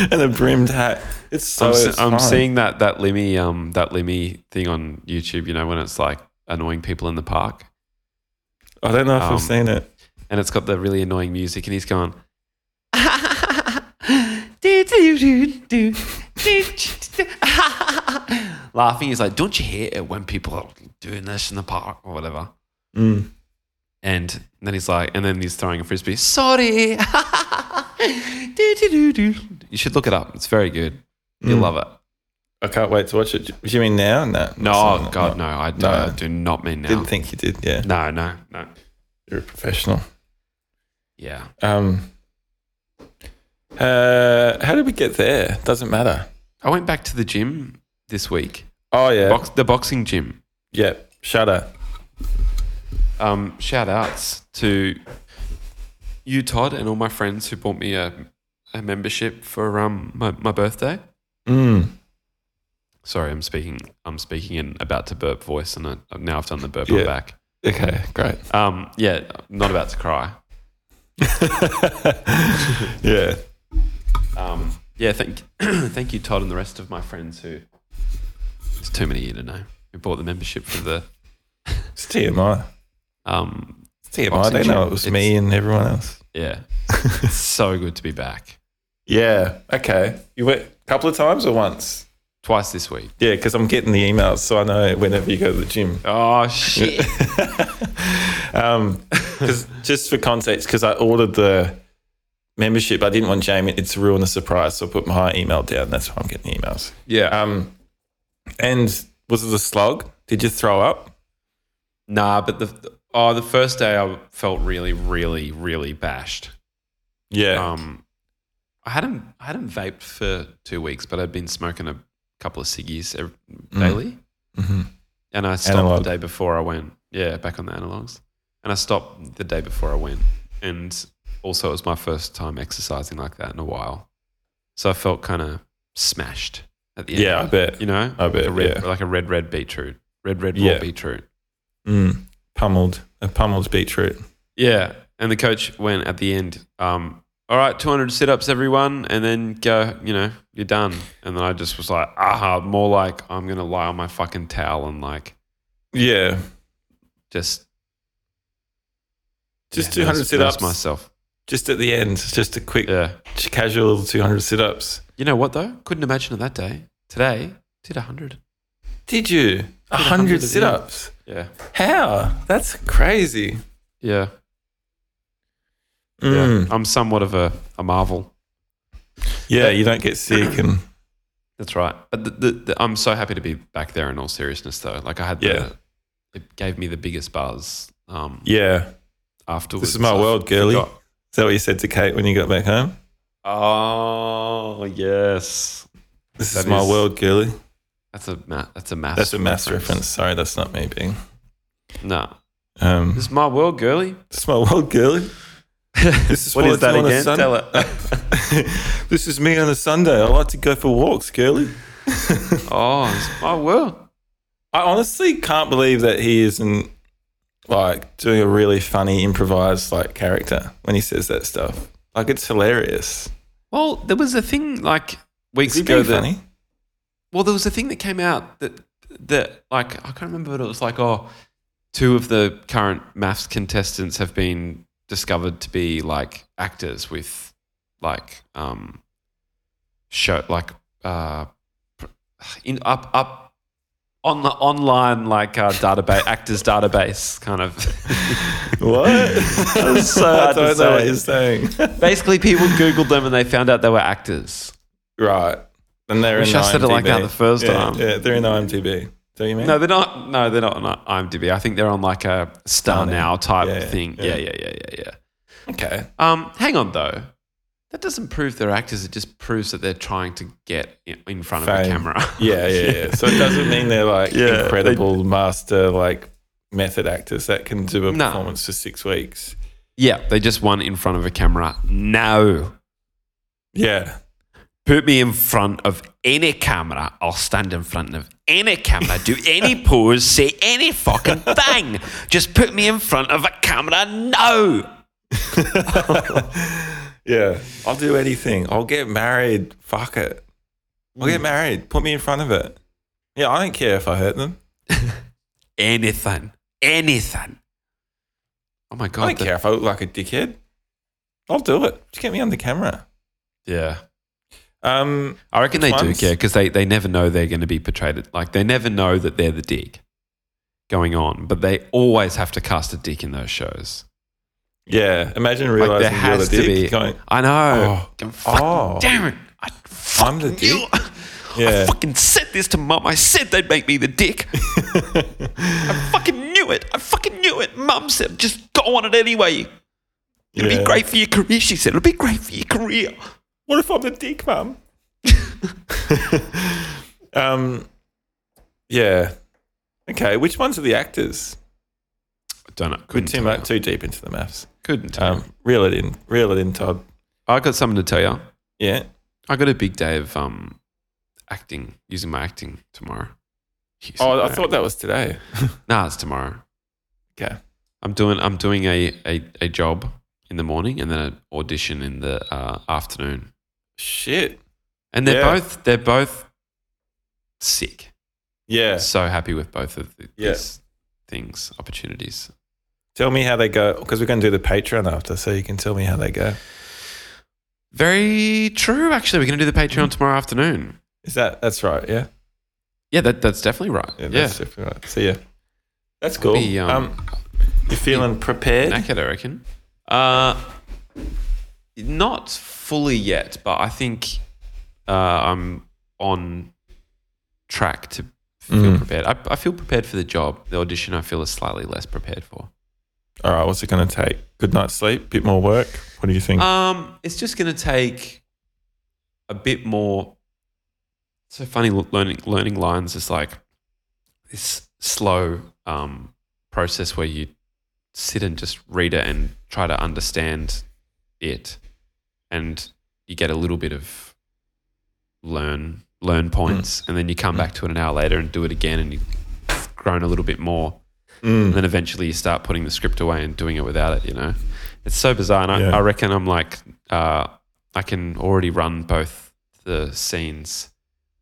C: and a brimmed hat. It's so.
A: I'm, se-
C: it's
A: I'm
C: fine.
A: seeing that that Limmy um that Limmy thing on YouTube. You know when it's like annoying people in the park,
C: I don't know if
A: um,
C: I've seen it.
A: and it's got the really annoying music, and he's going. laughing he's like don't you hate it when people are doing this in the park or whatever
C: Mm.
A: And then he's like, and then he's throwing a frisbee. Sorry. Do-do-do-do. you should look it up. It's very good. You'll
C: Mm.
A: love it.
C: I can't wait to watch it. Do you mean now? No.
A: No, oh,
C: Sorry,
A: God, no. I, do-
C: No.
A: I do not mean now.
C: Didn't think you did. Yeah,
A: no, no, no.
C: you're a professional.
A: Yeah.
C: Um. Uh, how did we get there? Doesn't matter.
A: I went back to the gym this week,
C: Oh yeah,
A: Box, the boxing gym.
C: yeah. Shutter.
A: Um, shout outs to you, Todd, and all my friends who bought me a, a membership for um, my, my birthday.
C: Mm.
A: Sorry, I'm speaking. I'm speaking in about to burp voice, and I, now I've done the burp.
C: Yeah.
A: I'm back.
C: Okay, great.
A: Um, yeah, not about to cry.
C: Yeah.
A: Um, yeah, thank, thank you, Todd, and the rest of my friends who. It's too many of you to know who bought the membership for the
C: It's TMI.
A: um,
C: It's TMI.
A: Boxing
C: they
A: gym.
C: know it was me and everyone else.
A: yeah. it's so good to be back.
C: Yeah. Okay. You went a couple of times or once?
A: Twice this week.
C: Yeah, because I'm getting the emails, so I know whenever you go to the gym.
A: Oh shit.
C: um, 'cause- just for context, because I ordered the membership, I didn't want Jamie to ruin the surprise, so I put my email down. That's why I'm getting the emails.
A: yeah.
C: Um, and was it a slog? Did you throw up?
A: nah, but the oh the first day I felt really, really, really bashed.
C: Yeah.
A: Um, I hadn't I hadn't vaped for two weeks, but I'd been smoking a couple of ciggies ev- daily,
C: Mhm.
A: and I stopped
C: Mm. Analog.
A: the day before I went. Yeah, back on the analogs, and I stopped the day before I went, and also it was my first time exercising like that in a while, so I felt kind of smashed at the end.
C: Yeah, I bet.
A: you know,
C: I bet,
A: like a red,
C: yeah.
A: like a red red beetroot, red red raw
C: Yeah.
A: beetroot.
C: Mm, pummeled. A pummeled beetroot.
A: Yeah. And the coach went at the end, um, all right, 200 sit ups, everyone, and then go, you know, you're done. And then I just was like, aha, more like I'm going to lie on my fucking towel and like
C: Yeah.
A: just,
C: Just
A: yeah,
C: 200
A: nurse-
C: sit
A: nurse
C: ups.
A: myself.
C: Just at the end. Just a quick,
A: Yeah.
C: just casual little 200 sit ups.
A: You know what, though? Couldn't imagine it that day. Today, did 100.
C: Did you? A
A: 100
C: hundred sit ups.
A: Yeah.
C: How? That's crazy.
A: Yeah.
C: Mm.
A: yeah. I'm somewhat of a, a marvel.
C: Yeah. you don't get sick and
A: That's right. But the, the, the, I'm so happy to be back there in all seriousness, though. Like, I had the,
C: Yeah.
A: it gave me the biggest buzz um,
C: yeah.
A: afterwards.
C: This is my
A: I
C: world, girly.
A: forgot.
C: Is that what you said to Kate when you got back home?
A: Oh yes,
C: This is
A: That
C: my
A: is-
C: world, girly.
A: that's a ma- that's a math.
C: That's a maths reference. Sorry, that's not me being.
A: No,
C: Um,
A: this is my world, girly.
C: this is my world, girly. This is
A: What
C: what
A: is
C: I
A: that
C: do on a
A: again?
C: Sun-
A: Tell it.
C: this is me on a Sunday. I like to go for walks, girly.
A: Oh, it's my world.
C: I honestly can't believe that he isn't like doing a really funny improvised like character when he says that stuff. Like it's hilarious.
A: Well, there was a thing like
C: Is
A: weeks
C: he
A: ago
C: being
A: that
C: funny?
A: well, there was a thing that came out that that like I can't remember, but it was like oh, two of the current maths contestants have been discovered to be like actors with like um show like uh pr- in up up on the online like uh, database actors database kind of
C: What?
A: was so
C: I
A: hard to
C: don't know what
A: say.
C: you're saying.
A: basically people googled them and they found out they were actors
C: right. And they're
A: Wish
C: in
A: I said it like that the first
C: Yeah,
A: time.
C: Yeah, they're in IMDb. Don't you mean?
A: No, they're not. No, they're not on IMDb. I think they're on like a Star
C: Star Now.
A: Now type
C: Yeah,
A: thing. Yeah.
C: yeah.
A: yeah, yeah, yeah, yeah,
C: okay.
A: Um, hang on though. That doesn't prove they're actors. It just proves that they're trying to get in- in front of
C: Fame.
A: the camera.
C: Yeah, yeah, yeah. So it doesn't mean they're like
A: Yeah,
C: incredible master like method actors that can do a
A: No.
C: performance for six weeks.
A: yeah, they just won in front of a camera. No,
C: Yeah.
A: put me in front of any camera. I'll stand in front of any camera, do any pose, say any fucking thing. Just put me in front of a camera. No.
C: Yeah. I'll do anything. I'll get married. Fuck it. I'll
A: Mm.
C: get married. Put me in front of it. Yeah, I don't care if I hurt them.
A: anything, anything. Oh my
C: I
A: god!
C: don't
A: the-
C: care if I look like a dickhead. I'll do it. Just get me on the camera.
A: yeah,
C: Um,
A: I reckon they
C: Once-
A: do care because they they never know they're going to be portrayed. at- Like they never know that they're the dick going on, but they always have to cast a dick in those shows.
C: yeah. Imagine
A: Like
C: realizing
A: there
C: you're the
A: has to
C: dick.
A: be.
C: Going,
A: I know.
C: Oh.
A: Oh, fucking
C: Oh.
A: damn it! I
C: I'm the
A: fucking knew-
C: dick? Yeah.
A: I fucking said this to mum. I said they'd make me the dick. I fucking knew it. I fucking knew it. Mum said, just go on it anyway. It'll
C: Yeah.
A: be great for your career. She said, it'll be great for your career.
C: What if I'm the dick, mum? um, yeah. Okay. Which ones are the actors?
A: Don't know.
C: We're
A: Couldn't
C: too,
A: tell
C: much,
A: you.
C: too deep into the maths.
A: Couldn't. Tell you.
C: Um, reel it in. Reel it in, Todd.
A: I got something to tell you.
C: Yeah.
A: I got a big day of um, acting, using my acting tomorrow. Using
C: Oh, I
A: my
C: thought that was today.
A: act- Nah, it's tomorrow.
C: Okay.
A: I'm doing. I'm doing a, a, a job in the morning and then an audition in the uh, afternoon.
C: Shit.
A: And they're
C: Yeah.
A: both. They're both sick.
C: Yeah.
A: So happy with both of the,
C: Yeah.
A: these things, opportunities.
C: Tell me how they go because we're going to do the Patreon after, so you can tell me how they go.
A: Very true. Actually, we're going to do the Patreon tomorrow afternoon.
C: Is that that's right? Yeah.
A: Yeah, that, that's definitely right.
C: Yeah.
A: Yeah,
C: That's definitely right. So yeah, that's cool.
A: be,
C: um,
A: um,
C: you feeling prepared?
A: knackered, I reckon. Uh, not fully yet, but I think uh, I'm on track to feel
C: Mm.
A: prepared. I, I feel prepared for the job. The audition, I feel is slightly less prepared for.
C: All right. What's it going to take? Good night's sleep, bit more work. What do you think?
A: Um, it's just going to take a bit more. So funny l- learning learning lines is like this slow um, process where you sit and just read it and try to understand it, and you get a little bit of learn learn points,
C: Mm.
A: and then you come back to it an hour later and do it again, and you've grown a little bit more
C: Mm.
A: and then eventually you start putting the script away and doing it without it. You know, it's so bizarre. And I,
C: Yeah.
A: I reckon I'm like, uh, I can already run both the scenes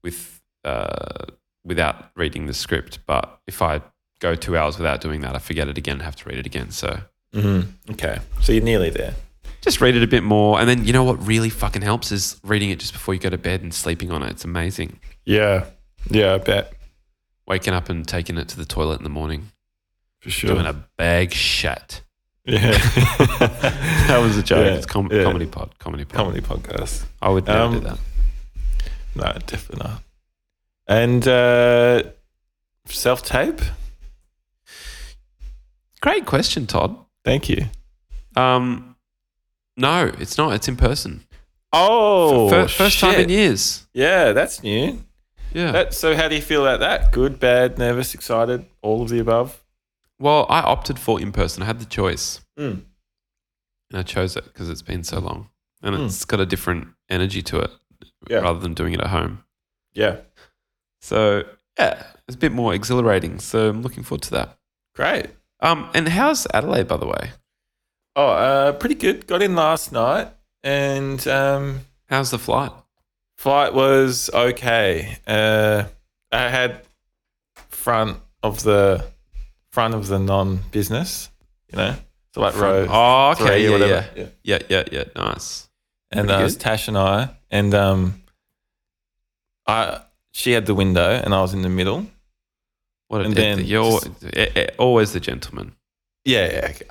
A: with uh, without reading the script. But if I go two hours without doing that, I forget it again and have to read it again. So
C: Mm. Okay. So you're nearly there.
A: just read it a bit more, and then you know what really fucking helps is reading it just before you go to bed and sleeping on it. It's amazing.
C: Yeah. Yeah. I bet
A: Waking up and taking it to the toilet in the morning,
C: for sure.
A: doing a bag shat.
C: Yeah.
A: That was a joke.
C: Yeah,
A: It's com-
C: yeah.
A: comedy pod. Comedy pod.
C: comedy podcast.
A: I would never
C: Um,
A: do that.
C: No, definitely not. And uh, self tape.
A: Great question, Todd.
C: Thank you.
A: Um, no, it's not. It's in person.
C: Oh,
A: Fir- first time in
C: years.
A: years.
C: Yeah, that's new.
A: Yeah.
C: That, so, how do you feel about that? Good, bad, nervous, excited, all of the above.
A: well, I opted for in person. I had the choice,
C: Mm.
A: and I chose it because it's been so long, and
C: Mm.
A: it's got a different energy to it
C: Yeah.
A: rather than doing it at home.
C: Yeah,
A: So yeah, it's a bit more exhilarating. So I'm looking forward to that.
C: great.
A: Um, and how's Adelaide, by the way?
C: Oh, uh, pretty good. Got in last night, and um,
A: How's the flight?
C: flight was okay. Uh, I had front of the front of the non-business, you know, so like row.
A: Oh,
C: three
A: okay.
C: or
A: Yeah,
C: whatever.
A: yeah, yeah, yeah, yeah. Nice.
C: and
A: Pretty
C: uh, it was
A: good.
C: Tash and I, and um, I she had the window, and I was in the middle.
A: What a
C: And
A: and
C: then
A: you're eh, eh, always the gentleman. Oh,
C: Yeah, yeah. okay. She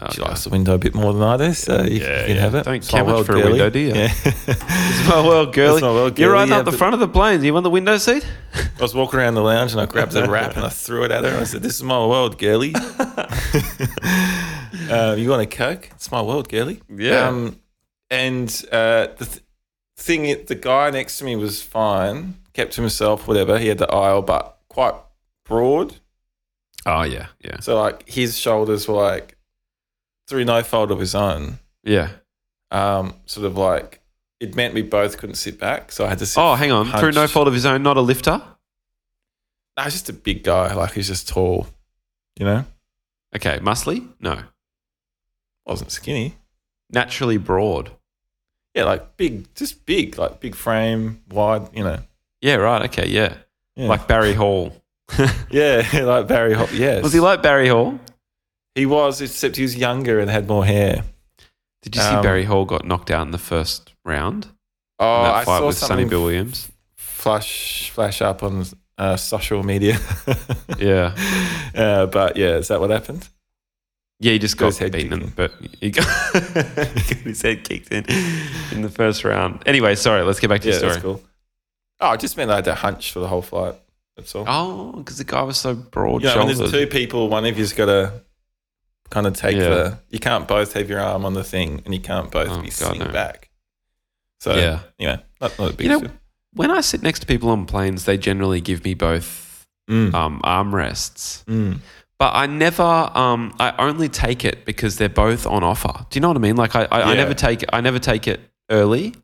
A: Okay.
C: likes the window a bit more than I do, so you,
A: Yeah,
C: you can
A: yeah.
C: have it.
A: Don't
C: my
A: care much
C: world,
A: for a
C: girly.
A: window, do you?
C: Yeah.
A: It's my world, girly.
C: That's my world,
A: You're
C: girly,
A: riding
C: yeah,
A: out the
C: but-
A: front of the plane. You want the window seat?
C: I was walking around the lounge and I grabbed the wrap and I threw it at her and I said, This is my world, girly. uh, you want a Coke? It's my world, girly.
A: Yeah.
C: Um, and uh, the th- thing, i- the guy next to me was fine, kept to himself, whatever. He had the aisle, but quite broad.
A: Oh yeah, yeah,
C: So, like, his shoulders were like through no fault of his own.
A: yeah.
C: um, sort of like it meant we both couldn't sit back, so I had to sit.
A: Oh, hang on. Through no
C: Punched.
A: fault of his own, not a lifter.
C: I was just a big guy, like he's just tall, you know,
A: Okay, muscly. No,
C: wasn't skinny.
A: naturally broad.
C: Yeah, like big, just big, like big frame, wide, you know.
A: Yeah, right. Okay, yeah.
C: Yeah.
A: Like Barry Hall.
C: yeah, like Barry Hop. Yes,
A: Was he like Barry Hall?
C: he was, except he was younger and had more hair.
A: Did you see
C: Um,
A: Barry Hall got knocked out in the first round? in
C: Oh,
A: that
C: I
A: fight
C: saw
A: with Sonny
C: something
A: Bill Williams.
C: flash flash up on uh, social media.
A: Yeah,
C: uh, but yeah, is that what happened?
A: yeah. He just
C: Got
A: got,
C: his head
A: beaten,
C: kicked
A: in, but he got, he got his head kicked in in the first round. Anyway, sorry. Let's get back to
C: Yeah,
A: your story.
C: that's cool. Oh, it just meant I had to hunch for the whole flight. That's all.
A: Oh, because the guy was so broad
C: you know, when
A: shouldered.
C: there's two people, one of you's got to kind of take
A: Yeah.
C: the. You can't both have your arm on the thing, and you can't both
A: Oh,
C: be
A: God,
C: sitting
A: no.
C: back. So
A: Yeah.
C: anyway, not, not a big
A: You know-
C: deal.
A: when I sit next to people on planes, they generally give me both
C: Mm.
A: um, armrests,
C: Mm.
A: but I never, um, I only take it because they're both on offer. Do you know what I mean? Like I, I, I
C: Yeah.
A: never take, I never take it early.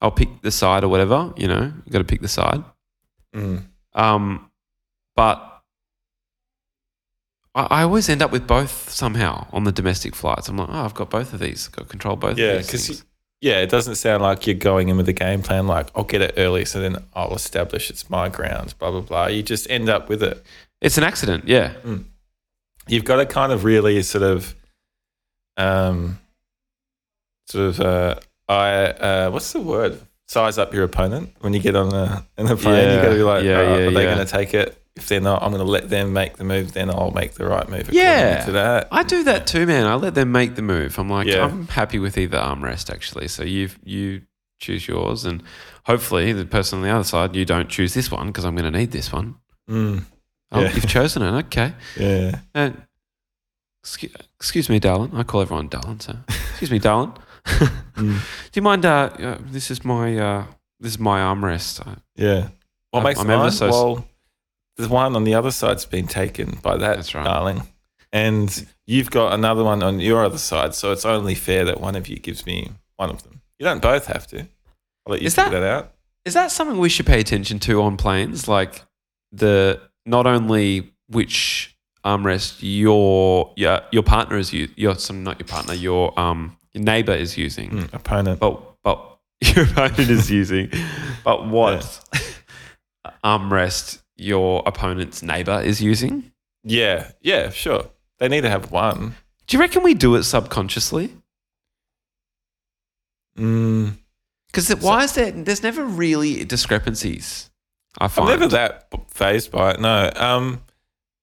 A: I'll pick the side or whatever. You know, you got to pick the side.
C: Mm.
A: Um, but I, I always end up with both somehow on the domestic flights. I'm like, oh, I've got both of these. I've got to control both.
C: Yeah,
A: of these
C: because
A: things.
C: yeah, it doesn't sound like you're going in with a game plan like, I'll get it early so then I'll establish it's my ground, blah, blah, blah. You just end up with it.
A: It's an accident, yeah.
C: You've got to kind of really sort of, um, sort of, uh, I, uh, what's the word? Size up your opponent when you get on a, in a plane.
A: Yeah,
C: you got to be like,
A: yeah,
C: "Oh,
A: yeah,
C: are they
A: yeah.
C: going to take it? If they're not, I'm going to let them make the move. Then I'll make the right move. according
A: Yeah.
C: To that.
A: I do that too, man. I let them make the move. I'm like,
C: Yeah.
A: I'm happy with either armrest actually. So you you choose yours, and hopefully the person on the other side you don't choose this one because I'm going to need this one.
C: Mm,
A: Oh,
C: Yeah.
A: you've chosen it. Okay.
C: yeah.
A: Uh, excuse, excuse me, darling. I call everyone darling. So excuse me, darling.
C: Mm.
A: Do you mind? Uh, uh, this is my uh, this is my armrest. Uh,
C: Yeah. What
A: I'm-
C: makes
A: I'm
C: mine?
A: ever so s-
C: well, the one on the other side's been taken by that
A: That's right.
C: darling. And you've got another one on your other side, so it's only fair that one of you gives me one of them. You don't both have to. I'll let you
A: Is
C: figure
A: that-
C: that, out.
A: Is that something we should pay attention to on planes? Like the not only which armrest your your your partner is you your some not your partner your um your neighbor is using,
C: Mm, opponent.
A: but but your opponent is using, but what armrest your opponent's neighbor is using?
C: Yeah, yeah, sure. They need to have one.
A: Do you reckon we do it subconsciously?
C: Mm,
A: Because why is there? There's never really discrepancies. I
C: I'm
A: find
C: never that phased by it. No. Um,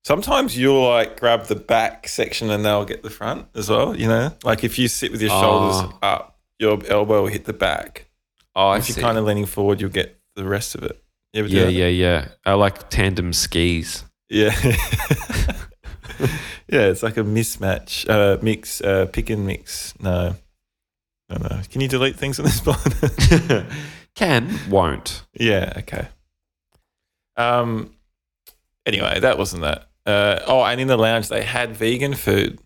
C: sometimes you'll like grab the back section and they'll get the front as well. You know, like if you sit with your shoulders
A: Oh.
C: up, your elbow will hit the back.
A: Oh, I
C: if you're
A: see.
C: kind of leaning forward, you'll get the rest of it. You ever do
A: yeah,
C: that?
A: yeah, yeah. I like tandem skis.
C: yeah. yeah, it's like a mismatch, uh, mix, uh, pick and mix. No, no, no. Can you delete things on this blog?
A: Can won't.
C: Yeah. Okay. Um. Anyway, that wasn't that. Uh, oh, and in the lounge they had vegan food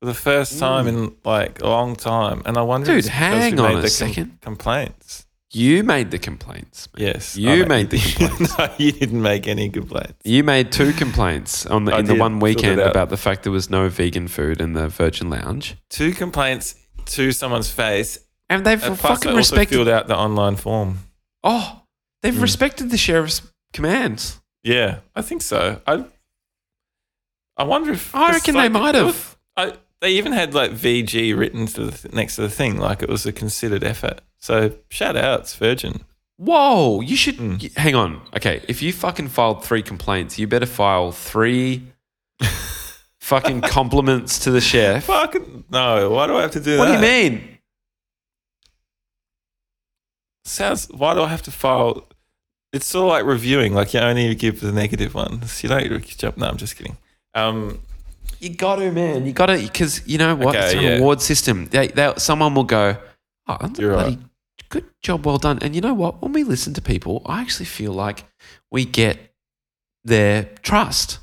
C: for the first time in like a long time, and I wonder.
A: Mm. Dude,
C: if it's because we
A: hang on
C: made
A: a
C: the com-
A: second.
C: complaints.
A: You made the complaints. mate.
C: Yes, I
A: You made the complaints.
C: no, you didn't make any complaints.
A: You made two complaints on the,
C: I
A: in the
C: did.
A: one
C: Sort it
A: weekend
C: out.
A: about the fact there was no vegan food in the Virgin Lounge,
C: Two complaints to someone's face.
A: and they've
C: And plus,
A: fucking
C: I also
A: respected.
C: filled Mm. out the online form.
A: oh, they've respected the sheriff's commands.
C: Yeah, I think so. I. I wonder if
A: I
C: 'cause,
A: reckon
C: like,
A: they might
C: it was-
A: have.
C: I, they even had like VG written to the th- next to the thing, like it was a considered effort. So shout outs, Virgin.
A: Whoa, you should
C: Mm.
A: y- hang on. Okay, if you fucking filed three complaints, you better file three fucking compliments to the chef. What
C: Fucking no! Why do I have to do
A: do
C: that?
A: you mean?
C: Sounds. Why do I have to file? It's sort of like reviewing. Like you only give the negative ones. You don't jump. No, I'm just kidding. Um,
A: You got to, man. You got to, because you know what?
C: Okay,
A: it's an
C: yeah.
A: award system. They, they, someone will go, oh, that's a
C: You're
A: bloody good job, well done. And you know what? When we listen to people, I actually feel like we get their trust.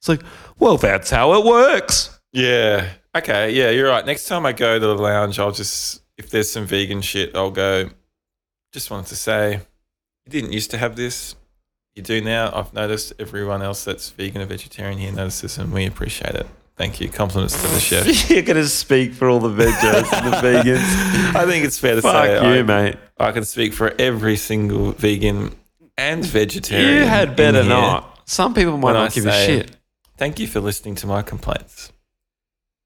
A: It's like, well, that's how it works.
C: yeah. Okay. Yeah, you're right. Next time I go to the lounge, I'll just if there's some vegan shit, I'll go. Just wanted to say, you didn't used to have this. You do now. I've noticed everyone else that's vegan or vegetarian here notices, and we appreciate it. Thank you. Compliments to the chef.
A: You're going to speak for all the veggies and the vegans.
C: I think it's fair to
A: Fuck
C: say
A: you,
C: I,
A: mate.
C: I can speak for every single vegan and vegetarian.
A: You had better
C: in here.
A: not. Some people might
C: When
A: not
C: I
A: give a
C: say-
A: shit.
C: Thank you for listening to my complaints.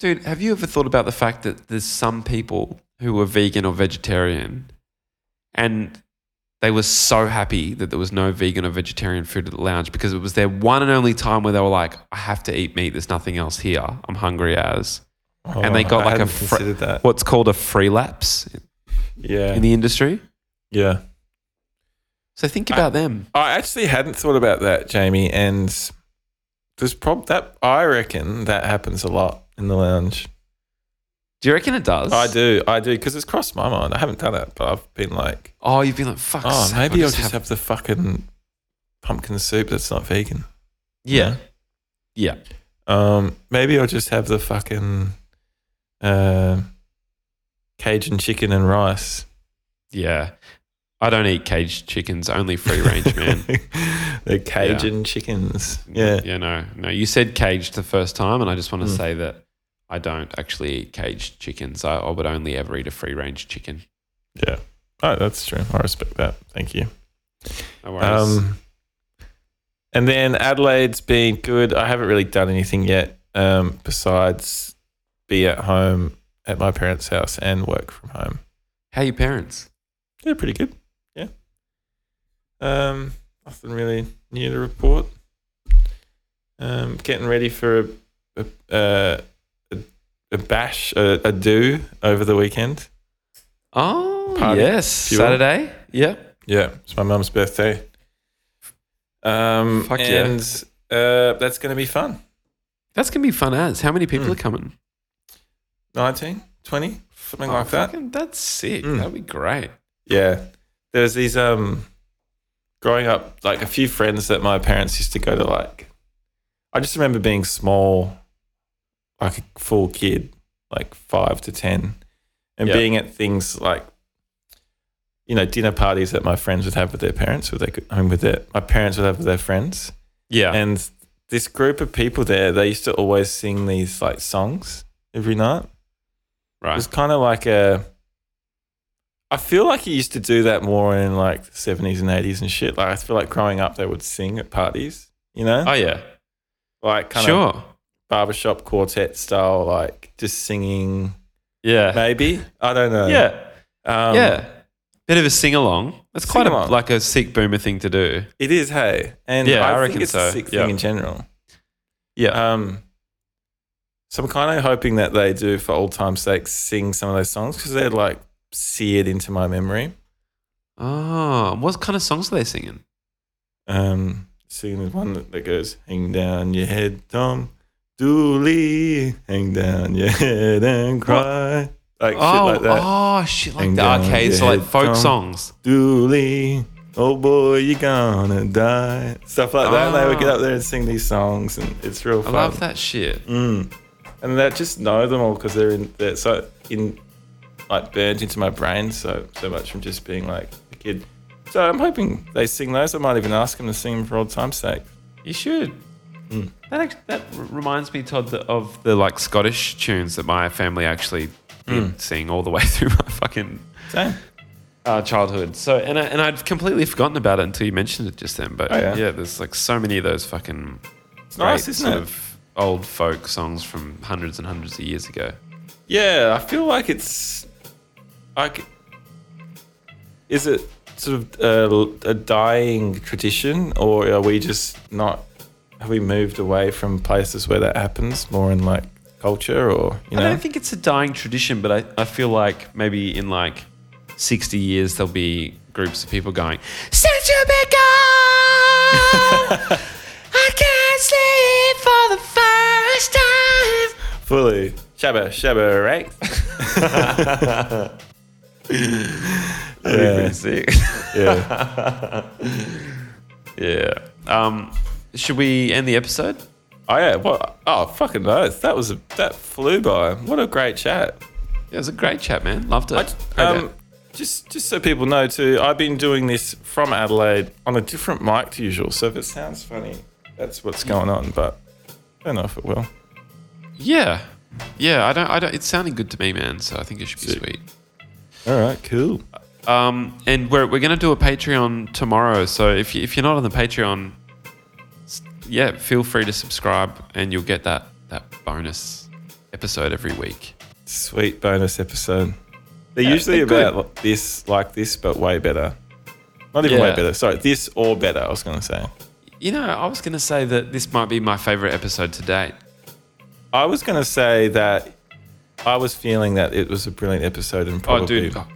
A: Dude, have you ever thought about the fact that there's some people who were vegan or vegetarian and they were so happy that there was no vegan or vegetarian food at the lounge because it was their one and only time where they were like, I have to eat meat. There's nothing else here. I'm hungry as. And they
C: Oh,
A: got
C: I
A: like a
C: hadn't
A: fr-
C: considered that.
A: What's called a free lapse
C: Yeah.
A: in the industry.
C: yeah.
A: So think about them.
C: I actually hadn't thought about that, Jamie, and there's prob that I reckon that happens a lot in the lounge.
A: Do you reckon it does?
C: I do, I do, because it's crossed my mind. I haven't done it, but I've been like,
A: Oh, you've been like, fuck.
C: oh,
A: sake,
C: maybe I'll just have, the fucking pumpkin soup that's not vegan.
A: Yeah. Yeah.
C: Um, maybe I'll just have the fucking uh, Cajun chicken and rice.
A: Yeah. I don't eat caged chickens, only free range, man.
C: the Cajun chickens. Yeah. Mm.
A: Yeah, no, no. You said caged the first time, and I just want to say that I don't actually eat caged chickens. I, I would only ever eat a free range chicken.
C: Yeah. Oh, that's true. I respect that. Thank you.
A: No worries.
C: Um, and then Adelaide's been good. I haven't really done anything yet um, besides be at home at my parents' house and work from home.
A: How are your parents?
C: They're pretty good. Yeah. Um, nothing really new to report. Um, getting ready for a a, a, a bash, a, a do over the weekend.
A: Oh,
C: Party,
A: yes.
C: if you will.
A: Saturday. Yep.
C: Yeah, it's my mum's birthday. Um,
A: Fuck yeah.
C: and uh, that's going to be fun.
A: That's going to be fun as. How many people
C: Mm.
A: are coming?
C: 19, 20, something
A: Oh,
C: like that.
A: fucking- that's sick.
C: Mm.
A: That'd be great.
C: Yeah. There's these, um, growing up, like a few friends that my parents used to go to, like, I just remember being small, like a full kid, like five to 10, and
A: Yeah.
C: being at things like, you know, dinner parties that my friends would have with their parents, with their, home with their, my parents would have with their friends.
A: Yeah.
C: And this group of people there, they used to always sing these like songs every night. It
A: right.
C: was kind of like a. I feel like he used to do that more in like the seventies and eighties and shit. Like I feel like growing up, they would sing at parties. You know,
A: Oh, yeah.
C: like kind of
A: sure.
C: barbershop quartet style, like just singing.
A: Yeah.
C: Maybe I don't know.
A: Yeah.
C: um,
A: yeah. Bit of a sing along. That's quite a,
C: Sing-along.
A: like a sick boomer thing to do.
C: It is, hey, and
A: Yeah,
C: I,
A: I
C: think
A: reckon
C: it's a
A: so.
C: sick
A: Yeah.
C: thing in general.
A: Yeah.
C: Um, so I'm kind of hoping that they do, for old time's sake, sing some of those songs because they're like seared into my memory.
A: oh, what kind of songs are they singing?
C: Um, singing the one that, that goes, "Hang down your head, Tom Dooley, hang down your head and cry," like
A: oh,
C: shit like that.
A: oh, shit like
C: Hang
A: that.
C: down
A: Okay,
C: your
A: so like
C: head,
A: folk
C: Tom.
A: songs.
C: Dooley, oh boy, you're gonna die, stuff like that. And they would get
A: Ah.
C: up there and sing these songs, and it's real
A: I
C: fun.
A: love that shit.
C: Mm. And that just know them all because they're in they're so in like burnt into my brain so so much from just being like a kid. So I'm hoping they sing those. I might even ask them to sing them for old time's sake.
A: You should.
C: Mm.
A: That act- that r- reminds me, Todd, the, of the like Scottish tunes that my family actually did
C: Mm.
A: sing all the way through my fucking
C: Same.
A: uh, childhood. So and I, and I'd completely forgotten about it until you mentioned it just then. But
C: Oh, yeah.
A: yeah. there's like so many of those fucking
C: It's
A: great
C: nice, isn't
A: sort
C: it?
A: of old folk songs from hundreds and hundreds of years ago.
C: Yeah, I feel like it's like is it sort of a, a dying tradition or are we just not have we moved away from places where that happens more in like culture or you know
A: I don't think it's a dying tradition, but I, I feel like maybe in like 60 years there'll be groups of people going, Since you've been gone, I can't sleep for the first time.
C: Fully. Shabba, shabba, right?
A: That'd be pretty sick.
C: Yeah.
A: yeah. Um, should we end the episode?
C: oh, yeah. What? Oh, fucking oath. That was a, that flew by. What a great chat.
A: Yeah, it was a great chat, man. Loved it.
C: I,
A: Great
C: um,
A: chat.
C: just, just so people know, too, I've been doing this from Adelaide on a different mic to usual. So if it sounds funny, that's what's going on. But I don't know if it will.
A: yeah. Yeah, I don't, I don't, it's sounding good to me, man. So I think it should be
C: Sick.
A: sweet.
C: All right, cool.
A: Um, and we're, we're going to do a Patreon tomorrow. So if, you, if you're not on the Patreon, s- yeah, feel free to subscribe and you'll get that, that bonus episode every week.
C: Sweet bonus episode. They're
A: Yeah,
C: usually
A: they're good.
C: about this, like this, but way better. Not even way
A: Yeah.
C: better. Sorry, this or better, I was going to say.
A: You know, I was going to say that this might be my favorite episode to date.
C: I was going to say that I was feeling that it was a brilliant episode and probably.
A: Oh, dude, oh,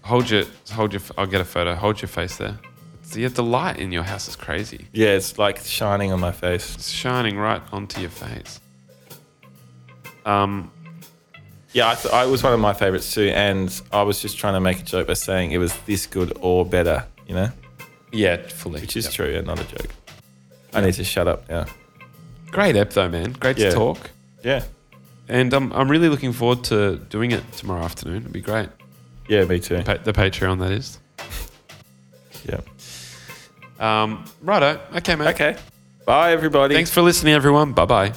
A: hold your, hold your, f- I'll get a photo. Hold your face there. So you have the light in your house is crazy.
C: Yeah, it's like shining on my face.
A: It's shining right onto your face. Um,
C: Yeah, I, th- I it was one of my favorites too. And I was just trying to make a joke by saying it was this good or better, you know,
A: yeah, fully.
C: which is
A: Yep.
C: true and not a joke. I need to shut up now.
A: Great ep though, man. Great
C: Yeah.
A: to talk.
C: Yeah.
A: And um, I'm really looking forward to doing it tomorrow afternoon. It'd be great.
C: Yeah, me too.
A: Pa- the Patreon, that is.
C: Yeah.
A: Um, righto. Okay, mate.
C: Okay. Bye, everybody.
A: Thanks for listening, everyone. Bye bye.